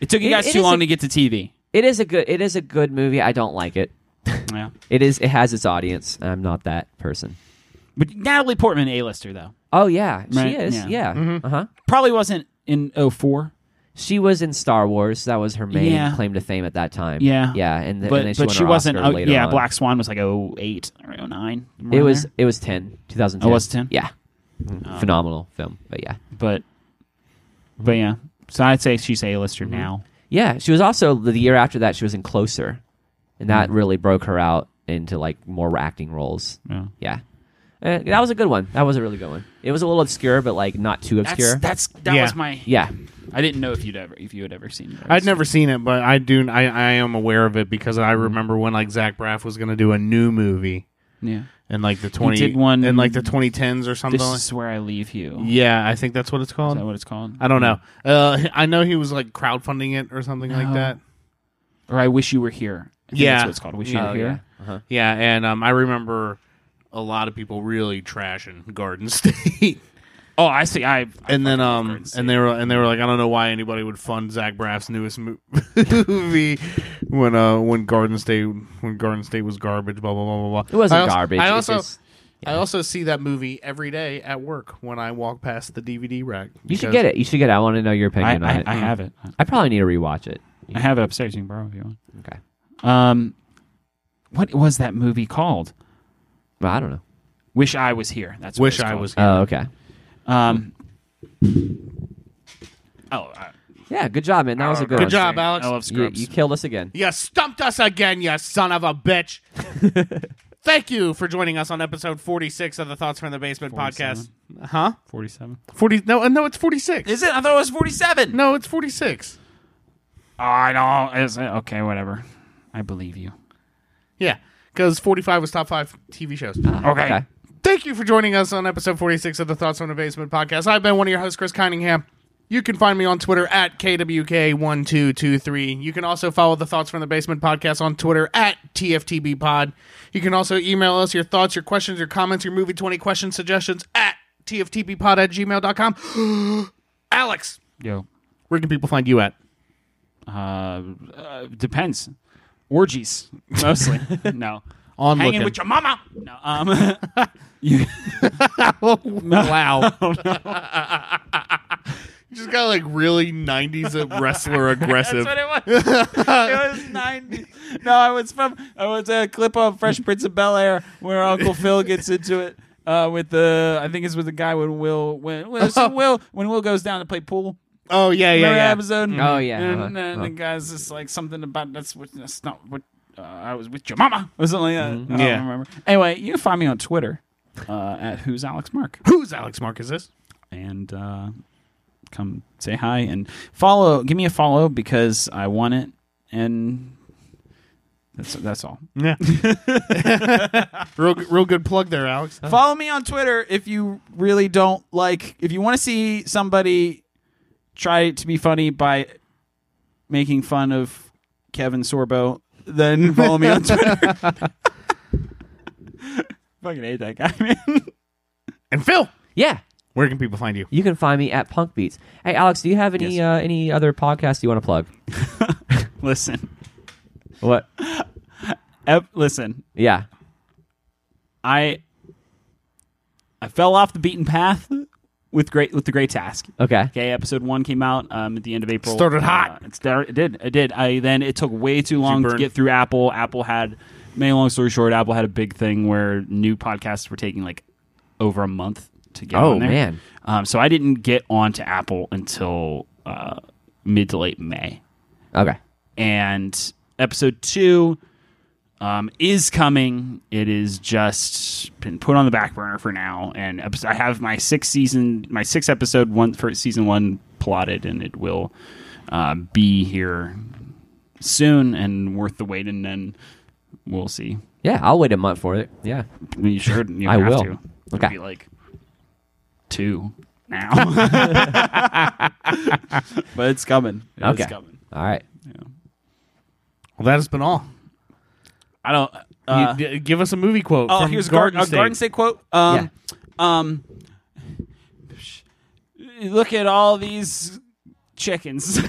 It-
guys
it
too
is
long
a-
to get to TV.
It is a good. It is a good movie. I don't like it.
Yeah.
It is. It has its audience. and I'm not that person.
But Natalie Portman, A-lister though,
Oh yeah,
Right,
she is.
yeah.
Yeah. Uh huh.
probably wasn't in 04.
She was in Star Wars. That was her main
Yeah.
claim to fame at that time.
Yeah.
Yeah. And, th-
but
and then she
but
won
she
her
wasn't.
Oscar
oh,
later
yeah,
on.
Black Swan was like 08 or 09.
It was. It was ten. 2010.
Oh, was it Mm-hmm. Oh. 10?
Yeah. Phenomenal film. But yeah.
but but yeah. So I'd say she's
Mm-hmm.
A-lister now.
Yeah, she was also the year after that she was in Closer, and that
Mm.
really broke her out into like more acting roles.
Yeah.
Yeah, Uh, that was a good one. That was a really good one. It was a little obscure, but like not too obscure.
That's, that's that
Yeah.
was my.
yeah,
I didn't know if you'd ever if you had ever seen. Garden
I'd
State.
never seen it, but I do. I, I am aware of it because I remember when like Zach Braff was going to do a new movie
Yeah.
in like the twenty
did one-
in like the twenty tens or something.
This is where I leave you.
like- yeah, I think that's what it's
Is
called.
that what it's called?
I don't know. Uh, I know he was like crowdfunding it or something like
No.
that.
Or I wish you were here. I think
Yeah.
that's what it's called. Wish you
Oh,
were here.
Yeah, and um, I remember a lot of people really trashing Garden State.
Oh, I see. I, I
and
fucking
then
love
um
Garden State.
and they were and they were like I don't know why anybody would fund Zach Braff's newest mo- movie when uh when Garden State when Garden State was garbage blah blah blah blah blah.
it wasn't
I also-
garbage.
I
It
also
just-
I also see that movie every day at work when I walk past the DVD rack.
you should get it. You should get it. I want to know your
I,
opinion on
I,
it.
I have it.
I probably need to rewatch it.
I have it upstairs. You can borrow it if you want.
Okay.
Um, what was that movie called?
Well, I don't know.
Wish I was here. That's what
Wish
it's
I
called.
was here.
Oh, okay.
Um. Oh, I,
Yeah, good job, man. That was a good.
Good
one.
job, Alex.
I love
You,
Scrubs.
you killed us again.
You stumped us again, you son of a bitch.
Thank you for joining us on episode 46 of the Thoughts from the Basement podcast.
47.
Huh?
Forty-seven.
40 No, uh, no, it's 46.
Is it? I thought it was forty-seven.
no, it's 46.
Oh, I know. Is it? Okay, whatever. I believe you.
Yeah, cuz 45 was top 5 TV shows.
Okay.
Okay.
Thank you for joining us on episode 46 of the Thoughts from the Basement podcast. I've been one of your hosts, Chris Cunningham. You can find me on Twitter at KWK1223. You can also follow the Thoughts from the Basement podcast on Twitter at TFTBpod. You can also email us your thoughts, your questions, your comments, your movie 20 question suggestions at TFTBpod at gmail.com. Alex,
Yo.
where can people find you at?
Uh, uh, depends. Orgies mostly. no.
On
Hanging
looking.
with your mama. No. Um. you,
Wow. you just got like really 90s wrestler aggressive.
That's what it was. it was 90. No, I was from I was a clip of Fresh Prince of Bel Air where Uncle Phil gets into it uh, with the I think it's with the guy when Will when when, so Will when Will goes down to play pool.
Oh, yeah, yeah,
Remember that
yeah.
episode?
Oh, yeah.
And,
Uh-huh.
and the
Uh-huh.
guy's just like something about that's what that's not what uh, I was with your mama or something like that. I don't
Yeah.
remember. Anyway, you can find me on Twitter uh, at who's Alex Mark
Who's Alex Marcus this?
and uh, come say hi and follow. Give me a follow because I want it, and that's that's all.
Yeah. real, real good plug there, Alex.
Follow me on Twitter if you really don't like. If you want to see somebody try to be funny by making fun of Kevin Sorbo, then follow me on Twitter. Fucking hate that guy, man.
And Phil,
Yeah,
where can people find you?
you can find me at Punk Beats. Hey, Alex, do you have any uh, any other podcasts you want to plug?
Listen,
What?
Ep- listen.
Yeah.
I I fell off the beaten path with great with the great task.
Okay.
Okay, episode one came out um, at the end of April.
Started hot.
Uh, it, started, it did. It did. I then it took way too long to
burn-
get through Apple. Apple had, made a long story short, Apple had a big thing where new podcasts were taking like over a month to get.
Oh,
on there.
man.
Um, so I didn't get onto Apple until uh, mid to late May
Okay.
and episode two um, is coming. It is just been put on the back burner for now. And episode, I have my sixth season, my sixth episode one for season one plotted, and it will uh, be here soon and worth the wait. And then we'll see.
Yeah, I'll wait a month for it. Yeah.
I mean, you should. You
I
have
will.
To. It'll
Okay.
Be like two now, but it's coming. It's
Okay.
coming.
All right.
Well, that has been all.
I don't.
You-
Uh,
d- give us a movie quote.
Oh,
from
here's a
Garden,
garden, a garden
State.
state quote. Um, um, look at all these chickens.